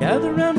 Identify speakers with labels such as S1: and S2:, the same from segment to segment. S1: come,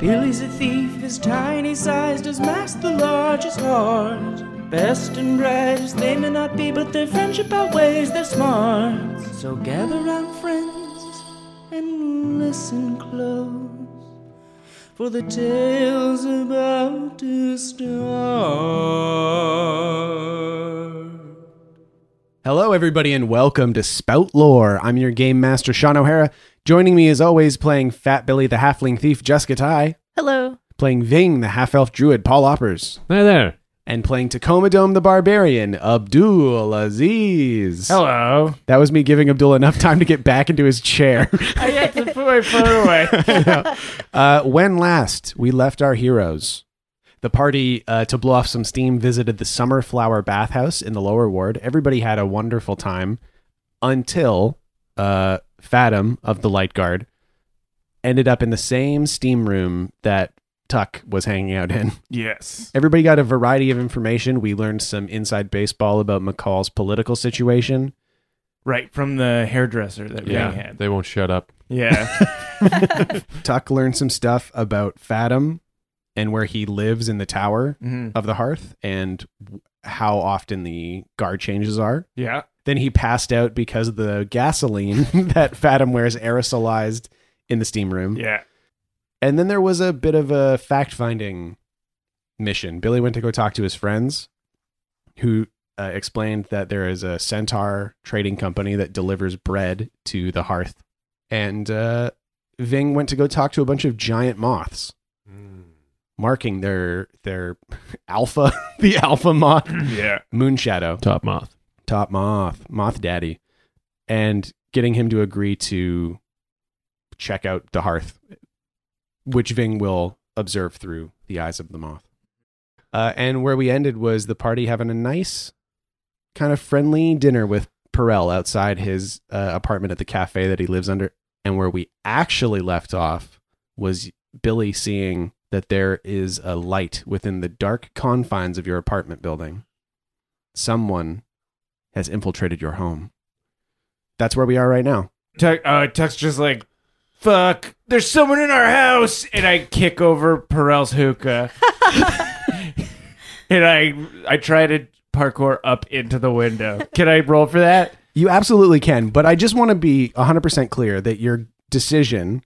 S1: Billy's a thief, his tiny size does mask the largest heart. Best and brightest they may not be, but their friendship outweighs their smarts. So gather round, friends, and listen close, for the tale's about to start.
S2: Hello, everybody, and welcome to Spout Lore. I'm your game master, Sean O'Hara. Joining me, as always, playing Fat Billy the Halfling Thief, Jessica Ty,
S3: Hello.
S2: playing Ving the Half Elf Druid, Paul Oppers,
S4: Hi there.
S2: and playing Tacoma Dome the Barbarian, Abdul Aziz.
S4: Hello.
S2: That was me giving Abdul enough time to get back into his chair.
S4: I got to put my phone away.
S2: Uh, when last we left our heroes, the party, uh, to blow off some steam, visited the Summer Flower Bathhouse in the lower ward. Everybody had a wonderful time until uh, Fathom of the Light Guard ended up in the same steam room that Tuck was hanging out in.
S4: yes.
S2: Everybody got a variety of information. We learned some inside baseball about McCall's political situation.
S4: Right from the hairdresser that
S5: Yeah,
S4: we had.
S5: they won't shut up.
S4: yeah.
S2: Tuck learned some stuff about Fathom and where he lives in the tower.
S4: Mhm.
S2: of the hearth and w- how often the guard changes are.
S4: Yeah.
S2: Then he passed out because of the gasoline that Fathom wears aerosolized in the steam room.
S4: Yeah.
S2: And then there was a bit of a fact finding mission. Billy went to go talk to his friends who uh, explained that there is a centaur trading company that delivers bread to the hearth. And uh, Ving went to go talk to a bunch of giant moths. Marking their their alpha, the alpha moth,
S4: Yeah.
S2: Moonshadow,
S5: Top moth.
S2: top moth, moth daddy, and getting him to agree to check out the hearth, which Ving will observe through the eyes of the moth. Uh, and where we ended was the party having a nice, kind of friendly dinner with Perel outside his uh, apartment at the cafe that he lives under. And where we actually left off was Billy seeing that there is a light within the dark confines of your apartment building. Someone has infiltrated your home. That's where we are right now.
S4: Tuck, uh, Tuck's just like, fuck, there's someone in our house. And I kick over Perel's hookah. and I I try to parkour up into the window. Can I roll for that?
S2: You absolutely can, but I just want to be 100% clear that your decision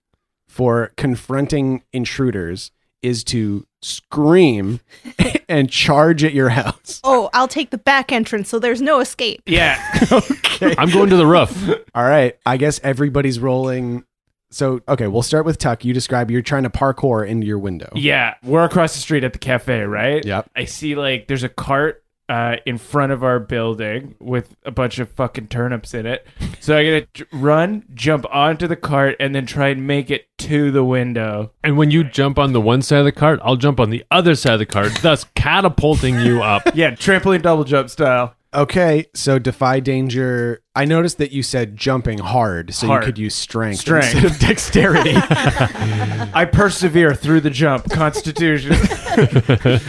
S2: for confronting intruders is to scream and charge at your house.
S3: Oh, I'll take the back entrance so there's no escape.
S4: Yeah.
S5: I'm going to the roof.
S2: All right, I guess everybody's rolling. So, okay, we'll start with Tuck. You describe you're trying to parkour into your window.
S4: Yeah, we're across the street at the cafe, right?
S2: Yep.
S4: I see like there's a cart uh, in front of our building with a bunch of fucking turnips in it. So I gotta j- run, jump onto the cart, and then try and make it to the window.
S5: And when you jump on the one side of the cart, I'll jump on the other side of the cart, thus catapulting you up.
S4: Yeah, trampoline double jump style.
S2: Okay, so defy danger. I noticed that you said jumping hard, so
S4: Hard.
S2: you could use strength,
S4: Strength.
S2: instead of dexterity.
S4: I persevere through the jump. Constitution.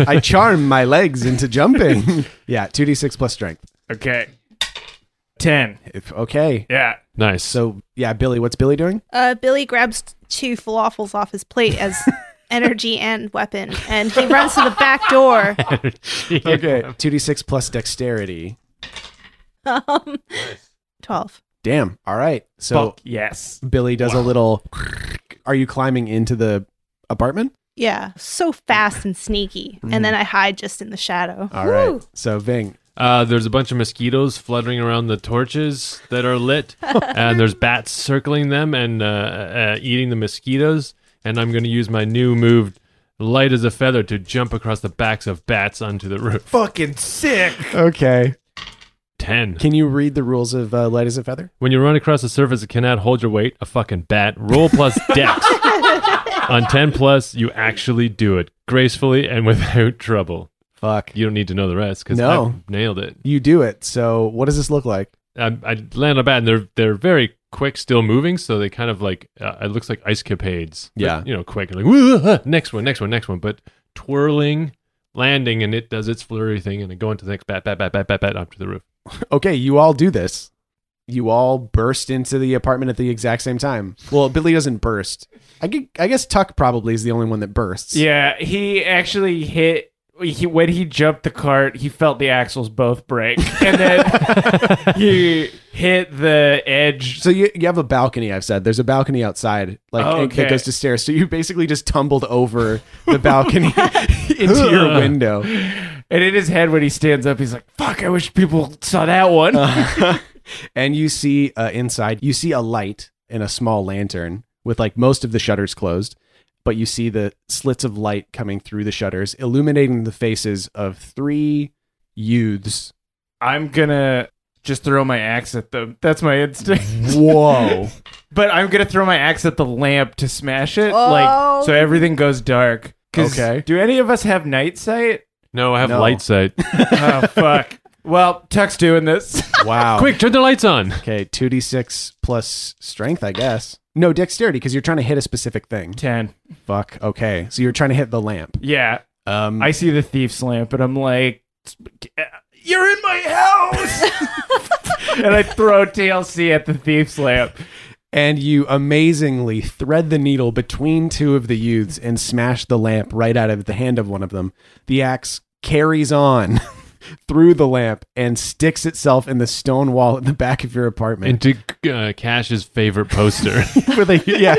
S2: I charm my legs into jumping. yeah, 2d6 plus strength.
S4: okay. Ten.
S2: If, okay.
S4: Yeah.
S5: Nice.
S2: So, yeah, Billy, what's Billy doing?
S3: Uh, Billy grabs two falafels off his plate as energy and weapon, and he runs to the back door.
S2: Okay. 2d6 plus dexterity.
S3: Um, Twelve.
S2: Damn. All right. So,
S4: Fuck yes.
S2: Billy does a little. Are you climbing into the apartment?
S3: Yeah, so fast and sneaky, and then I hide just in the shadow.
S2: All right. So, Ving.
S5: Uh, there's a bunch of mosquitoes fluttering around the torches that are lit, and there's bats circling them and uh, uh, eating the mosquitoes. And I'm going to use my new move, light as a feather, to jump across the backs of bats onto the roof.
S4: Fucking sick.
S2: Okay.
S5: Ten.
S2: Can you read the rules of uh, Light as a Feather?
S5: When you run across a surface that cannot hold your weight, a fucking bat, roll plus dex. On 10 plus, you actually do it. gracefully and without trouble.
S2: Fuck.
S5: You don't need to know the rest because
S2: No.
S5: I nailed it.
S2: You do it. So what does this look like?
S5: I, I land on a bat, and they're they're very quick, still moving. So they kind of like uh, it looks like ice capades. But,
S2: Yeah.
S5: you know, quick and like "Woo, ah, ah, next one, next one, next one. But twirling, landing, and it does its flurry thing, and then go into the next bat, bat, bat, bat, bat, bat, up to the roof.
S2: Okay, you all do this. You all burst into the apartment at the exact same time. Well, Billy doesn't burst. I, gu- I guess Tuck probably is the only one that bursts.
S4: Yeah, he actually hit. He, when he jumped the cart, he felt the axles both break, and then he hit the edge.
S2: So you, you have a balcony. I've said there's a balcony outside, like
S4: Oh,
S2: it- that
S4: okay.
S2: goes to stairs. So you basically just tumbled over the balcony into your window.
S4: And in his head, when he stands up, he's like, "Fuck! I wish people saw that one."
S2: Uh. and you see uh, inside you see a light and a small lantern with like most of the shutters closed but you see the slits of light coming through the shutters illuminating the faces of three youths
S4: I'm gonna just throw my axe at them. That's my instinct.
S2: whoa
S4: but I'm gonna throw my axe at the lamp to smash it,
S3: Oh.
S4: like so everything goes dark. 'Cause
S2: Okay.
S4: Do any of us have night sight?
S5: No, I have
S2: No.
S5: light sight.
S4: oh fuck. Well, Tuck's doing this.
S2: wow
S5: Quick, turn the lights on.
S2: okay 2d6 plus strength i guess no dexterity because you're trying to hit a specific thing
S4: Ten.
S2: fuck okay so you're trying to hit the lamp
S4: Yeah.
S2: um
S4: I see the thief's lamp and I'm like, You're in my house! and I throw TLC at the thief's lamp.
S2: and you amazingly thread the needle between two of the youths and smash the lamp right out of the hand of one of them. The axe carries on through the lamp and sticks itself in the stone wall at the back of your apartment
S5: Into uh, Cash's favorite poster.
S2: with a yeah,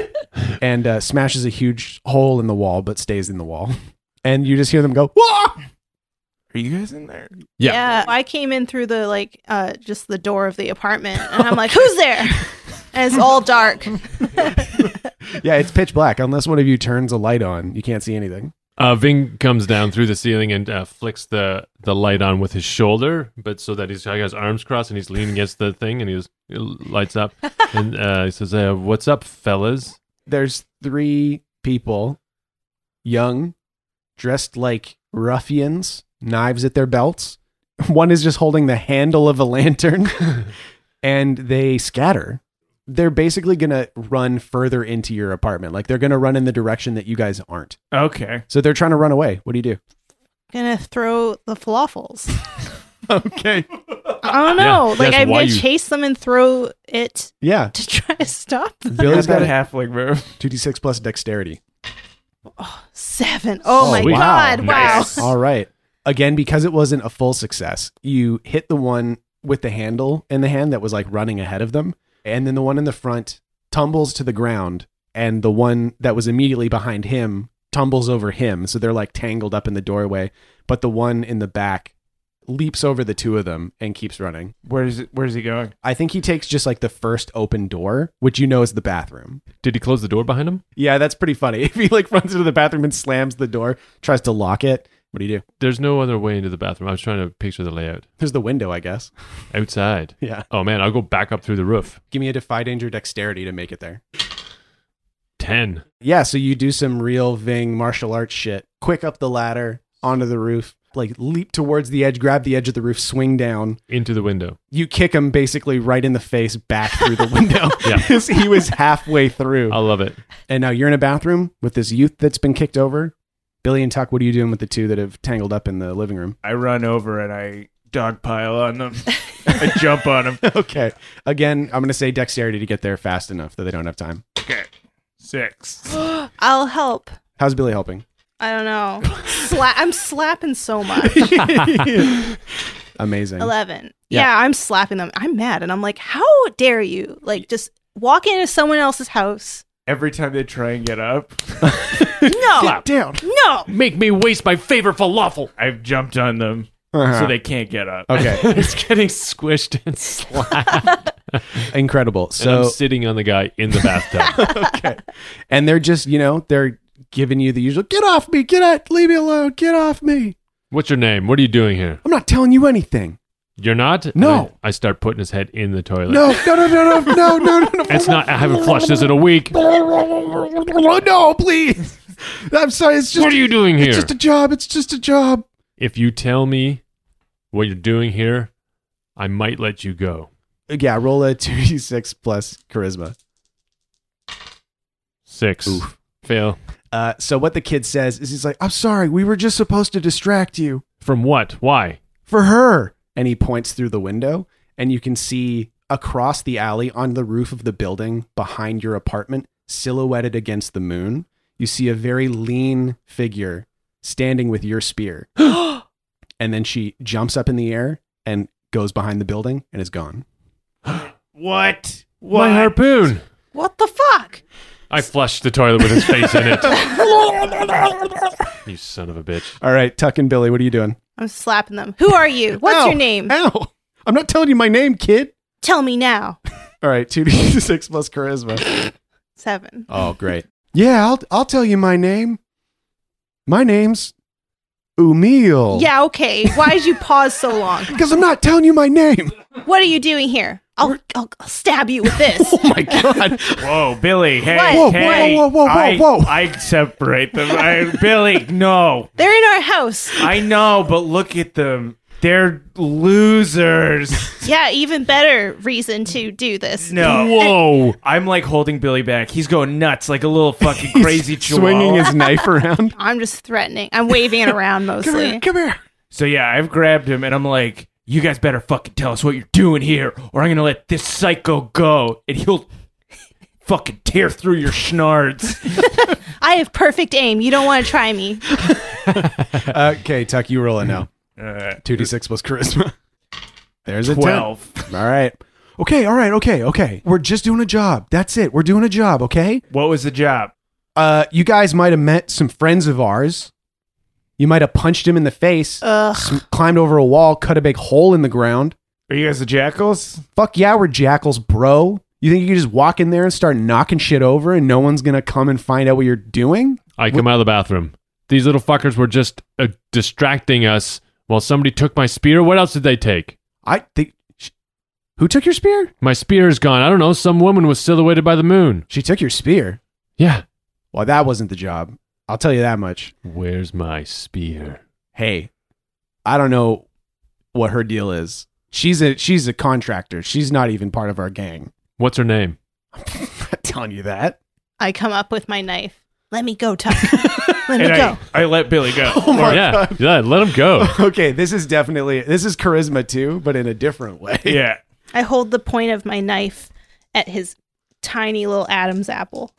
S2: and uh, smashes a huge hole in the wall, but stays in the wall. And you just hear them go, "Wah!"
S4: Are you guys in there?
S5: Yeah.
S3: I came in through the like uh just the door of the apartment and I'm like, Who's there? And it's all dark.
S2: Yeah, it's pitch black unless one of you turns a light on. You can't see anything.
S5: Uh, Ving comes down through the ceiling and uh, flicks the, the light on with his shoulder, but so that he's got his arms crossed and he's leaning against the thing and he just it lights up and uh, he says, uh, "What's up, fellas?"
S2: there's three people, young, dressed like ruffians, knives at their belts. One is just holding the handle of a lantern, and they scatter. They're basically going to run further into your apartment. Like they're going to run in the direction that you guys aren't.
S4: Okay.
S2: So they're trying to run away. What do you do?
S3: gonna throw the falafels.
S2: Okay.
S3: I don't
S5: Yeah,
S3: know. like
S5: that's
S3: I'm
S5: why
S3: gonna
S5: you-
S3: chase them and throw it
S2: Yeah.
S3: to try to stop them.
S2: Billy's got
S4: that
S2: a
S4: halfling move.
S2: 2d6 plus dexterity.
S3: Seven. Oh,
S5: Oh,
S3: my
S5: sweet.
S3: god. Wow.
S5: Nice.
S2: All right. Again, because it wasn't a full success, you hit the one with the handle in the hand that was like running ahead of them. And then the one in the front tumbles to the ground. And the one that was immediately behind him tumbles over him. So they're like tangled up in the doorway. But the one in the back leaps over the two of them and keeps running.
S4: Where is it, where's he going?
S2: I think he takes just like the first open door, which you know is the bathroom.
S5: Did he close the door behind him?
S2: Yeah, that's pretty funny. If he like runs into the bathroom and slams the door, tries to lock it, what do you do?
S5: There's no other way into the bathroom. I was trying to picture the layout
S2: There's the window, I guess.
S5: outside.
S2: Yeah.
S5: Oh man, I'll go back up through the roof.
S2: Give me a defy danger dexterity to make it there.
S5: Ten.
S2: Yeah, so you do some real Ving martial arts shit. Quick up the ladder, onto the roof, like leap towards the edge, grab the edge of the roof, swing down.
S5: into the window.
S2: You kick him basically right in the face, back through the window.
S5: Yeah.
S2: 'Cause he was halfway through.
S5: I love it.
S2: And now you're in a bathroom with this youth that's been kicked over. Billy and Tuck, what are you doing with the two that have tangled up in the living room?
S4: I run over and I dogpile on them. I jump on him.
S2: Okay. Again, I'm going to say dexterity to get there fast enough that they don't have time.
S4: Six.
S3: I'll help.
S2: How's Billy helping?
S3: I don't know. Sla- I'm slapping so much.
S2: Amazing.
S3: Eleven.
S2: Yeah.
S3: Yeah. I'm slapping them. I'm mad and I'm like, how dare you? Like just walk into someone else's house.
S4: Every time they try and get up,
S3: No.
S2: Down.
S3: no.
S5: Make me waste my favorite falafel.
S4: I've jumped on them
S2: Uh-huh.
S4: so they can't get up.
S2: okay.
S5: it's getting squished and slapped.
S2: Incredible.
S5: and I'm
S2: So
S5: sitting on the guy in the bathtub.
S2: okay. And they're just, you know, they're giving you the usual get off me, get out, leave me alone, get off me.
S5: What's your name? What are you doing here?
S2: I'm not telling you anything.
S5: You're not?
S2: No.
S5: I, I start putting his head in the toilet.
S2: No, no, no, no, no, no, no, no, no.
S5: It's not I haven't flushed this in a week.
S2: no, please. I'm sorry. It's just
S5: what are you doing here?
S2: It's just a job. It's just a job.
S5: if you tell me what you're doing here, I might let you go.
S2: Yeah, roll a two d six plus charisma.
S5: Six. Fail.
S2: Uh, so what the kid says is he's like, "I'm sorry. We were just supposed to distract you
S5: From what? Why?
S2: for her." And he points through the window, and you can see across the alley on the roof of the building behind your apartment, silhouetted against the moon. You see a very lean figure standing with your spear, and then she jumps up in the air and goes behind the building and is gone.
S4: What?
S5: My harpoon.
S3: What the fuck?
S5: I flushed the toilet with his face in it. you son of a bitch.
S2: All right, Tuck and Billy, what are you doing?
S3: I'm slapping them. Who are you? What's
S2: Ow.
S3: your name?
S2: Ow! I'm not telling you my name, kid.
S3: Tell me now.
S2: All right, two d six plus charisma.
S3: Seven.
S2: Oh, great. yeah, I'll I'll tell you my name. My name's Umil.
S3: Yeah, okay. Why did you pause so long?
S2: because I'm not telling you my name.
S3: What are you doing here? I'll, I'll, I'll stab you with this.
S2: Oh my god!
S4: Whoa, Billy! Hey,
S3: What?
S2: Whoa,
S4: hey,
S2: whoa, whoa, whoa,
S4: I,
S2: whoa.
S4: I separate them. I, Billy, no,
S3: They're in our house.
S4: I know, but look at them. They're losers.
S3: Yeah, even better reason to do this.
S4: No,
S5: Whoa.
S4: I'm like holding Billy back. He's going nuts like a little fucking crazy chihuahua.
S2: swinging his knife around.
S3: I'm just threatening. I'm waving it around
S2: Come here!
S3: mostly.
S2: Come here!
S4: So yeah, I've grabbed him and I'm like, you guys better fucking tell us what you're doing here, or I'm gonna let this psycho go and he'll fucking tear through your schnards.
S3: I have perfect aim. You don't want to try me.
S2: Okay, Tuck, you roll it now.
S4: Uh,
S2: Two d six plus charisma. There's a ten.
S4: Twelve.
S2: All right. Okay. All right. Okay. Okay. We're just doing a job. That's it. We're doing a job. Okay.
S4: What was the job?
S2: uh, you guys might have met some friends of ours. You might have punched him in the face,
S3: Ugh.
S2: s- climbed over a wall, cut a big hole in the ground.
S4: Are you guys the jackals?
S2: Fuck yeah, we're jackals, bro. You think you can just walk in there and start knocking shit over and no one's gonna come and find out what you're doing?
S5: I come out of the bathroom. These little fuckers were just uh, distracting us while somebody took my spear. What else did they take?
S2: I think. sh- Who took your spear?
S5: My spear is gone. I don't know. Some woman was silhouetted by the moon.
S2: She took your spear.
S5: Yeah.
S2: Well, that wasn't the job. I'll tell you that much.
S5: Where's my spear?
S2: Hey, I don't know what her deal is. She's a she's a contractor. She's not even part of our gang.
S5: What's her name?
S2: I'm not telling you that.
S3: I come up with my knife. Let me go, Tuck. Let me
S4: And
S3: go.
S4: I, I let Billy go.
S2: my
S5: yeah. Yeah. Let him go.
S2: okay, this is definitely this is charisma too, but in a different way.
S4: yeah.
S3: I hold the point of my knife at his tiny little Adam's apple.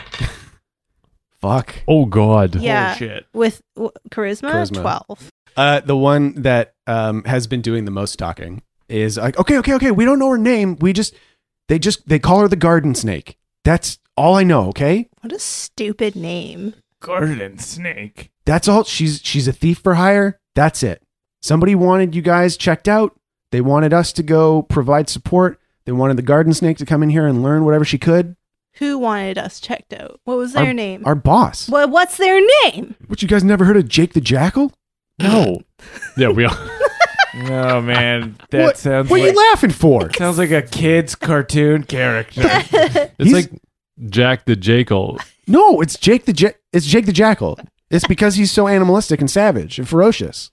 S2: Fuck.
S5: oh, God.
S3: yeah.
S4: shit.
S3: With w- charisma,
S2: Charisma.
S3: 12.
S2: Uh, the one that um, has been doing the most talking is like, okay, okay, okay. We don't know her name. We just they just they call her the garden snake. That's all I know. Okay,
S3: What a stupid name.
S4: Garden snake.
S2: that's all. She's she's a thief for hire. That's it. Somebody wanted you guys checked out. They wanted us to go provide support. They wanted the garden snake to come in here and learn whatever she could.
S3: Who wanted us checked out? What was their
S2: Our-
S3: name?
S2: Our boss.
S3: Wha- what's their name?
S2: What you guys never heard of Jake the Jackal?
S5: No. yeah, we all.
S4: Oh man, that
S2: what,
S4: sounds
S2: What
S4: like
S2: are you laughing for?
S4: sounds like a kid's cartoon character.
S5: It's
S2: He's-
S5: like Jack the Jekyll.
S2: No, it's Jake the ja- it's Jake the Jackal. It's because he's so animalistic and savage and ferocious.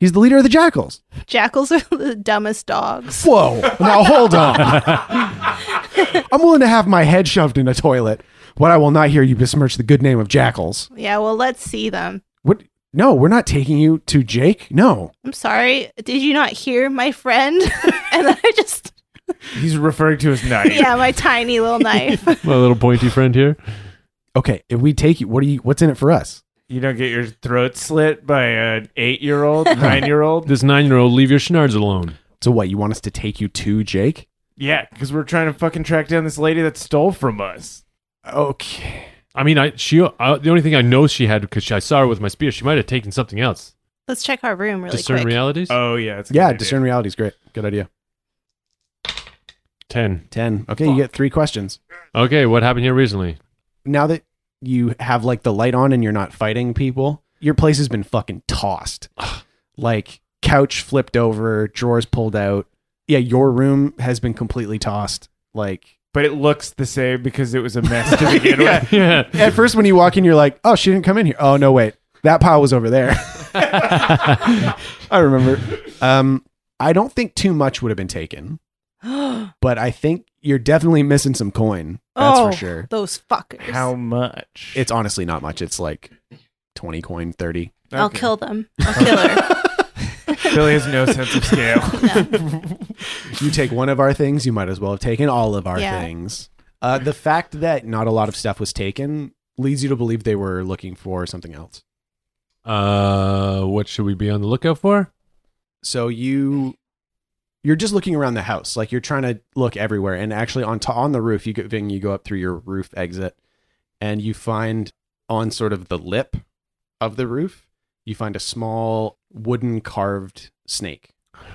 S2: He's the leader of the jackals.
S3: Jackals are the dumbest dogs.
S2: Whoa! Now hold on. I'm willing to have my head shoved in a toilet, but I will not hear you besmirch the good name of jackals.
S3: Yeah, well, let's see them.
S2: What? No, we're not taking you to Jake. No,
S3: I'm sorry. Did you not hear my friend? and I just,
S4: He's referring to his knife.
S3: yeah, my tiny little knife.
S5: My little pointy friend here.
S2: okay. If we take you, what do you? What's in it for us?
S4: You don't get your throat slit by an eight-year-old, nine-year-old.
S5: This nine year old, leave your schnards alone.
S2: So what? You want us to take you to Jake?
S4: Yeah, because we're trying to fucking track down this lady that stole from us.
S2: Okay.
S5: I mean, I she I, the only thing I know she had because I saw her with my spear. She might have taken something else.
S3: let's check our room really
S5: Discern
S3: quick.
S5: realities.
S4: Oh yeah, it's
S2: Yeah. Discern reality is great. Good idea.
S5: Ten.
S2: Ten. Okay. You get three questions.
S5: Okay, what happened here recently?
S2: now that you have like the light on and you're not fighting people, your place has been fucking tossed. like couch flipped over, drawers pulled out. Yeah, your room has been completely tossed. Like
S4: but it looks the same because it was a mess to begin with.
S5: Yeah.
S2: At first, when you walk in, you're like, "Oh, she didn't come in here." Oh no, wait, that pile was over there. I remember. Um, I don't think too much would have been taken, but I think you're definitely missing some coin. That's
S3: oh,
S2: for sure.
S3: Those fuckers.
S4: How much?
S2: It's honestly not much. It's like twenty coin, thirty.
S3: I'll
S4: Okay.
S3: kill them. I'll kill her.
S4: Billy has no sense of scale.
S2: you take one of our things, you might as well have taken all of our
S3: Yeah.
S2: things. Uh, the fact that not a lot of stuff was taken leads you to believe they were looking for something else.
S5: Uh, what should we be on the lookout for?
S2: So you you're just looking around the house, like you're trying to look everywhere. And actually, on to, on the roof, you go Ving, you go up through your roof exit, and you find on sort of the lip of the roof, you find a small wooden carved snake.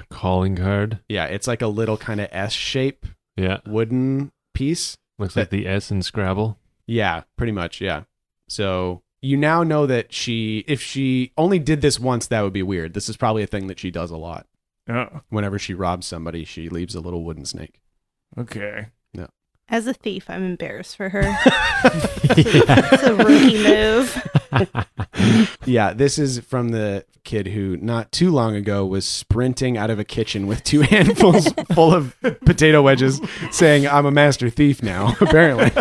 S5: Calling card.
S2: Yeah, it's like a little kind of S shape
S5: Yeah.
S2: wooden piece.
S5: Looks like the S in Scrabble.
S2: Yeah, pretty much. Yeah. So you now know that she, if she only did this once, that would be weird. This is probably a thing that she does a lot.
S4: oh,
S2: Whenever she robs somebody, she leaves a little wooden snake.
S4: okay.
S3: As a thief, I'm embarrassed for her. It's a rookie move.
S2: Yeah, this is from the kid who not too long ago was sprinting out of a kitchen with two handfuls full of potato wedges, saying, I'm a master thief now, apparently.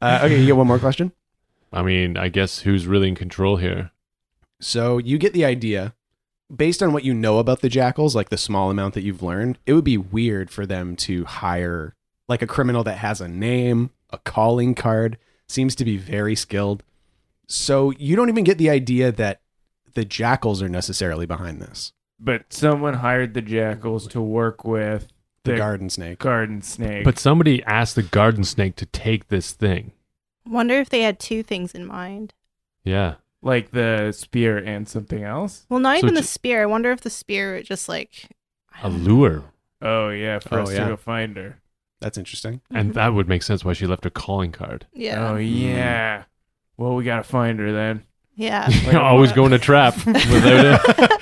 S2: uh, okay, you get one more question?
S5: I mean, I guess who's really in control here?
S2: So you get the idea. Based on what you know about the jackals, like the small amount that you've learned, it would be weird for them to hire like a criminal that has a name, a calling card, seems to be very skilled. So you don't even get the idea that the jackals are necessarily behind this.
S4: But someone hired the jackals to work with
S2: The
S4: the,
S2: garden snake.
S4: garden snake.
S5: But somebody asked the garden snake to take this thing.
S3: Wonder if they had two things in mind.
S5: Yeah.
S4: like the spear and something else.
S3: Well, not
S5: So
S3: even the
S5: ju-
S3: spear. I wonder if the spear would just like
S5: A lure.
S4: Oh yeah, for
S2: Oh,
S4: us
S2: yeah.
S4: to go find her.
S2: That's interesting.
S5: And that would make sense why she left her calling card.
S3: yeah
S4: Oh
S2: Mm-hmm.
S4: yeah. Well, we gotta find her then.
S3: yeah.
S4: Like,
S5: Always
S4: what?
S5: go in a trap without it.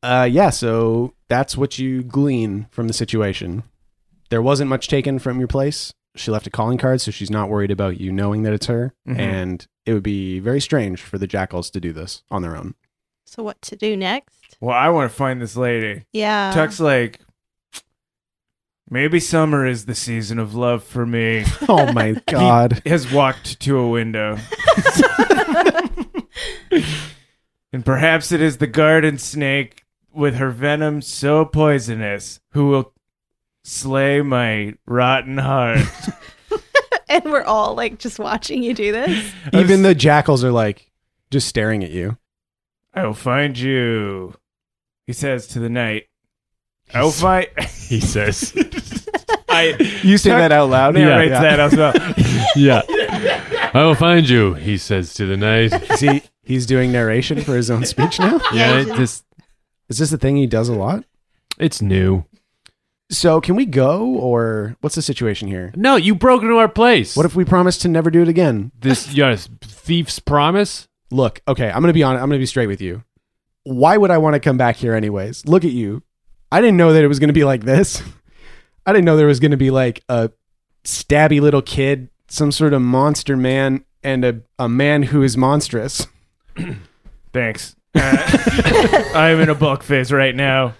S2: Uh yeah, so that's what you glean from the situation. There wasn't much taken from your place. She left a calling card, so she's not worried about you knowing that it's her.
S4: Mhm.
S2: And it would be very strange for the jackals to do this on their own.
S3: So what to do next?
S4: Well, I want to find this lady.
S3: Yeah.
S4: Tuck's like, maybe summer is the season of love for me.
S2: Oh my god.
S4: Has walked to a window. and perhaps it is the garden snake with her venom so poisonous who will slay my rotten heart.
S3: and we're all like just watching you do this.
S2: Even the jackals are like just staring at you.
S4: I will find you, he says to the knight. I will find.
S5: he says.
S4: I
S2: You say that out loud.
S4: narrates
S2: Yeah.
S4: that as well.
S5: Yeah. I will find you, he says to the knight.
S2: See, he's doing narration for his own speech now.
S5: Yeah,
S3: he
S5: it
S3: just-
S5: just
S2: Is this the thing he does a lot?
S5: it's new.
S2: So, can we go or what's the situation here?
S5: No, you broke into our place.
S2: What if we promise to never do it again?
S5: this yes, thief's promise?
S2: Look, okay, I'm going to be on I'm going to be straight with you. Why would I want to come back here anyways? Look at you. I didn't know that it was going to be like this. I didn't know there was going to be like a stabby little kid, some sort of monster man and a, a man who is monstrous.
S4: Thanks. Uh, I'm in a bulk phase right now.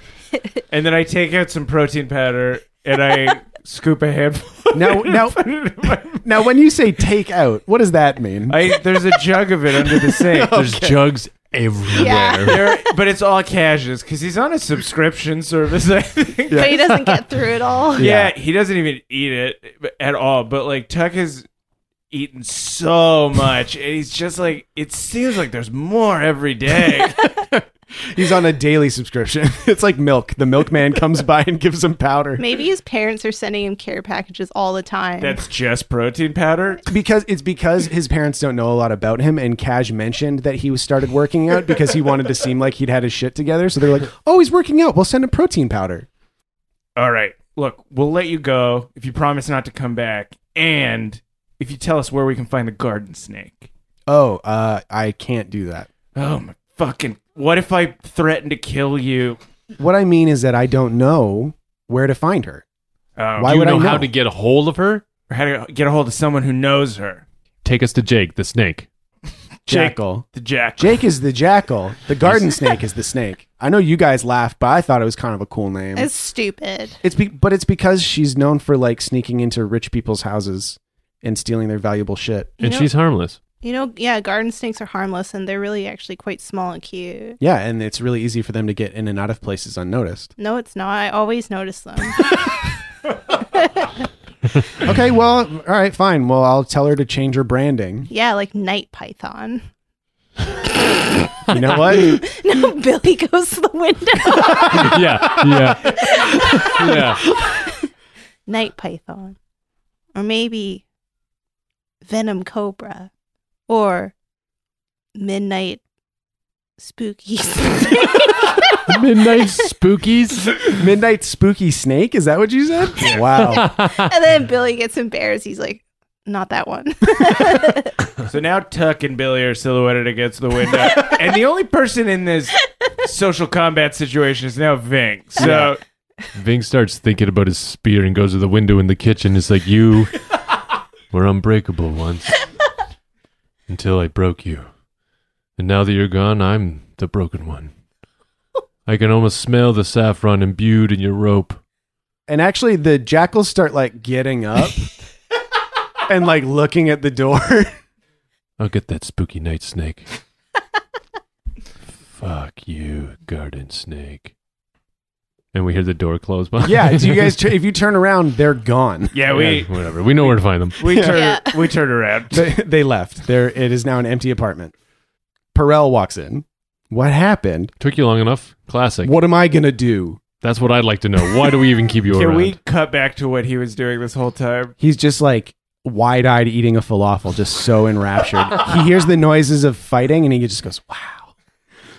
S4: And then I take out some protein powder and I scoop a handful.
S2: Now-
S4: and
S2: now-
S4: put it in my-
S2: Now, when you say take out, what does that mean?
S4: I, there's a jug of it under the sink.
S5: There's jugs everywhere.
S4: There- but it's all cashes because he's on a subscription service, I think.
S3: But he doesn't get through it all.
S4: Yeah, he doesn't even eat it at all. But like Tuck has eaten so much, and he's just like, it seems like there's more every day.
S2: He's on a daily subscription. It's like milk. The milkman comes by and gives him powder.
S3: Maybe his parents are sending him care packages all the time.
S4: That's just protein powder.
S2: Because it's because his parents don't know a lot about him, and Cash mentioned that he was started working out because he wanted to seem like he'd had his shit together. So they're like, "Oh, he's working out. We'll send him protein powder."
S4: All right, look, we'll let you go if you promise not to come back, and if you tell us where we can find the garden snake.
S2: Oh, uh, I can't do that.
S4: Oh my fucking! What if I threaten to kill you?
S2: What I mean is that I don't know where to find her.
S4: Um,
S2: Why
S5: you
S2: would I
S5: know how
S2: know?
S5: to get a hold of her?
S4: or how to get a hold of someone who knows her.
S5: Take us to Jake the snake.
S4: Jake
S2: Jackal.
S4: the Jack.
S2: Jake is the jackal. The garden snake is the snake. I know you guys laughed, but I thought it was kind of a cool name.
S3: It's stupid.
S2: It's be- but it's because she's known for like sneaking into rich people's houses and stealing their valuable shit.
S3: You
S5: and
S3: know-
S5: she's harmless.
S3: You know, yeah, garden snakes are harmless and they're really actually quite small and cute.
S2: Yeah, and it's really easy for them to get in and out of places unnoticed.
S3: No, it's not. I always notice them.
S2: Okay, well, all right, fine. Well, I'll tell her to change her branding.
S3: yeah, like night python.
S2: You know what?
S3: No, Billy goes to the window.
S5: yeah, yeah, yeah.
S3: night python. Or maybe venom cobra. Or midnight spooky.
S5: Midnight spookies.
S2: Midnight spooky snake? Is that what you said? Wow.
S3: and then Billy gets embarrassed. He's like, not that one.
S4: So now Tuck and Billy are silhouetted against the window, and the only person in this social combat situation is now Ving. So
S5: Ving starts thinking about his spear and goes to the window in the kitchen. It's like you were unbreakable once until I broke you. And now that you're gone, I'm the broken one. I can almost smell the saffron imbued in your rope.
S2: And actually, the jackals start like getting up and like looking at the door.
S5: I'll get that spooky night snake. Fuck you, garden snake. And we hear the door close behind.
S2: yeah, do you guys, tu- if you turn around, they're gone.
S4: yeah, we
S5: whatever. We know where to find them.
S4: we turn
S3: Yeah.
S4: we turn around.
S2: They, they left. There, it is now an empty apartment. Perel walks in. What happened?
S5: Took you long enough. Classic.
S2: what am I gonna do?
S5: That's what I'd like to know. Why do we even keep you
S4: Can
S5: around?
S4: we cut back to what he was doing this whole time?
S2: He's just like wide eyed eating a falafel, just so enraptured. he hears the noises of fighting and he just goes, Wow,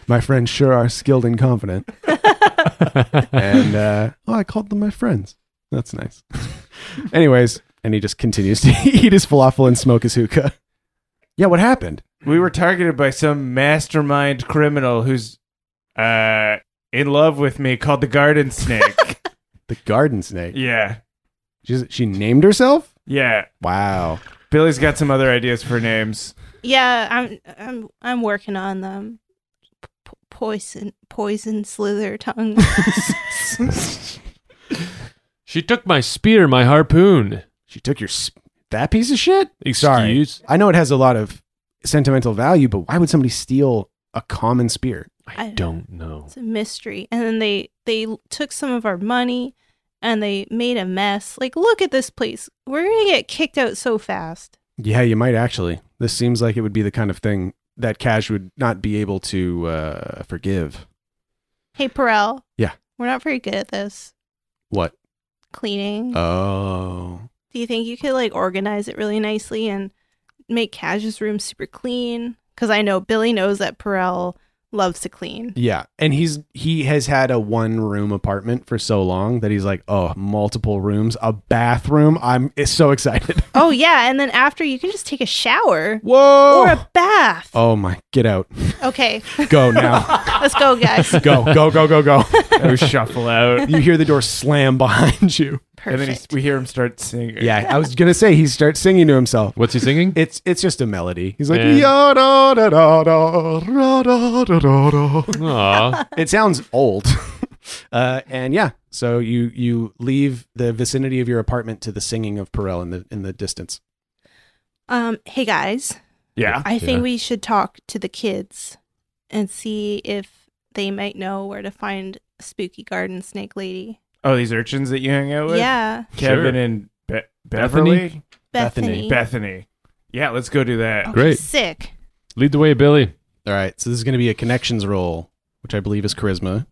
S2: my friends sure are skilled and confident. and uh, oh, I called them my friends. That's nice. Anyways, and he just continues to eat his falafel and smoke his hookah. Yeah, what happened?
S4: We were targeted by some mastermind criminal who's uh in love with me called the garden snake.
S2: The garden snake.
S4: yeah.
S2: She's, she named herself?
S4: Yeah.
S2: Wow.
S4: Billy's got some other ideas for names.
S3: yeah, I'm I'm I'm working on them. P- poison poison slither tongue.
S5: She took my spear, my harpoon.
S2: She took your. Sp- that piece of shit? Sorry.
S5: Excuse.
S2: I know it has a lot of sentimental value, but why would somebody steal a common spear?
S5: I don't know.
S3: It's a mystery. And then they they took some of our money and they made a mess. Like, look at this place. We're gonna get kicked out so fast.
S2: Yeah, you might actually. This seems like it would be the kind of thing that Cash would not be able to uh, forgive.
S3: Hey, Perel.
S2: Yeah.
S3: We're not very good at this
S2: What?
S3: cleaning.
S2: Uh. Oh.
S3: Do you think you could like organize it really nicely and make Cash's room super clean? Because I know Billy knows that Perel loves to clean.
S2: Yeah, and he's he has had a one room apartment for so long that he's like, oh, multiple rooms, a bathroom. I'm it's so excited.
S3: Oh yeah, and then after you can just take a shower
S2: Whoa.
S3: or a bath.
S2: Oh my, get out.
S3: Okay,
S2: Go now.
S3: let's go, guys.
S2: go, go, go, go, go.
S4: Who shuffle out.
S2: You hear the door slam behind you.
S4: And then
S3: Perfect.
S4: he's, we hear him start singing.
S2: Yeah, I was gonna say he starts singing to himself.
S5: What's he singing?
S2: It's it's just a melody. He's like
S5: Yeah.
S2: "Ya da da da da, ra da da da da."
S5: Aw.
S2: It sounds old. uh, and yeah, so you you leave the vicinity of your apartment to the singing of Perel in the in the distance.
S3: Um, hey guys,
S4: Yeah.
S3: I think
S5: Yeah.
S3: we should talk to the kids and see if they might know where to find Spooky Garden Snake Lady.
S4: Oh, these urchins that you hang out with?
S3: Yeah,
S4: Kevin
S5: Sure.
S4: and Be-
S5: Bethany?
S4: Beverly?
S2: Bethany.
S3: Bethany.
S4: Bethany. Yeah, let's go do that.
S3: Okay,
S5: Great.
S3: Sick.
S5: Lead the way, Billy.
S2: All right, so this is going to be a connections roll, which I believe is charisma.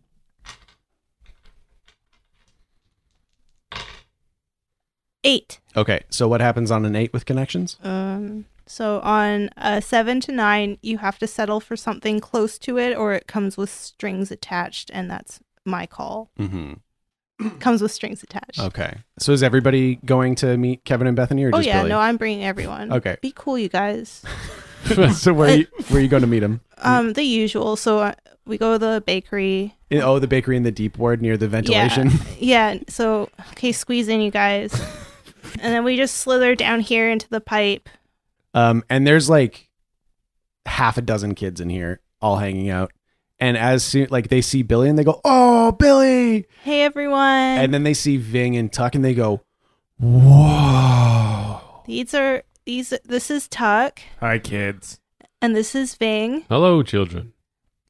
S3: Eight.
S2: Okay, so what happens on an eight with connections?
S3: Um, so on a seven to nine, you have to settle for something close to it, or it comes with strings attached, and that's my call.
S2: Mm-hmm.
S3: Comes with strings attached.
S2: Okay, so is everybody going to meet Kevin and Bethany, or
S3: oh
S2: just
S3: yeah,
S2: Billy?
S3: no, I'm bringing everyone.
S2: Okay.
S3: be cool, you guys.
S2: so where are you, where are you going to meet him?
S3: Um, the usual. So uh, we go to the bakery.
S2: In- oh, the bakery in the deep ward near the ventilation.
S3: Yeah. So, okay, squeeze in, you guys. and then we just slither down here into the pipe.
S2: Um, and there's like half a dozen kids in here all hanging out. And as soon like they see Billy and they go, "Oh, Billy!"
S3: Hey, everyone.
S2: And then they see Ving and Tuck and they go, "Whoa!" Oh
S3: these are these. This is Tuck,
S4: Hi, kids.
S3: and this is Ving.
S5: Hello, children.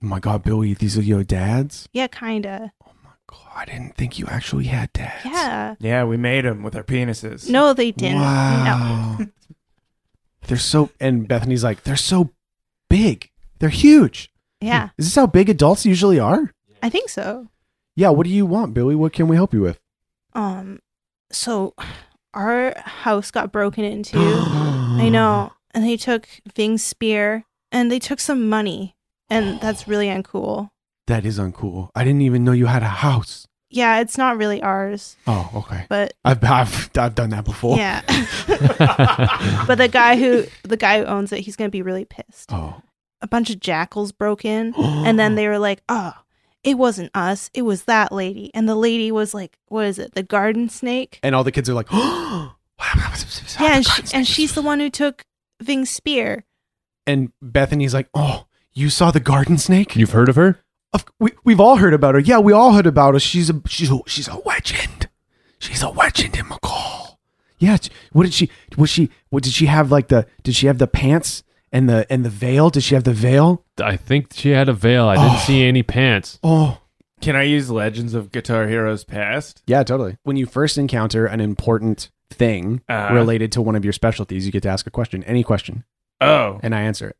S2: Oh my God, Billy, these are your dads.
S3: Yeah, kinda.
S2: God, I didn't think you actually had dads.
S3: Yeah.
S4: Yeah, we made them with our penises.
S3: No, they didn't. No.
S2: Wow. they're so. And Bethany's like, they're so big. They're huge.
S3: Yeah,
S2: Is this how big adults usually are?
S3: I think so.
S2: Yeah. What do you want, Billy? What can we help you with?
S3: Um, so our house got broken into. I know, and they took Ving's spear, and they took some money, and that's really uncool.
S2: That is uncool. I didn't even know you had a house.
S3: Yeah, it's not really ours,
S2: Oh, okay.
S3: but
S2: I've I've, I've done that before.
S3: yeah. but the guy who the guy who owns it, he's gonna be really pissed.
S2: Oh.
S3: A bunch of jackals broke in, and then they were like, "Oh, it wasn't us. It was that lady." And the lady was like, "What is it? The garden snake?"
S2: and all the kids are like,
S3: yeah, and, she, and she's the one who took Ving's spear.
S2: and Bethany's like, oh, you saw the garden snake?
S5: You've heard of her?
S2: Of- we, we've all heard about her. Yeah, we all heard about her. She's a she's a, she's a legend. She's a legend in McCall. Yeah. it's- What did she? Was she? What did she have? Like the? Did she have the pants and the and the veil? Did she have the veil?
S5: I think she had a veil. I didn't
S2: Oh.
S5: see any pants.
S2: Oh,
S4: Can I use Legends of Guitar Heroes Past?
S2: Yeah, totally. When you first encounter an important thing
S4: Uh.
S2: related to one of your specialties, you get to ask a question, any question,
S4: Oh,
S2: and I answer it.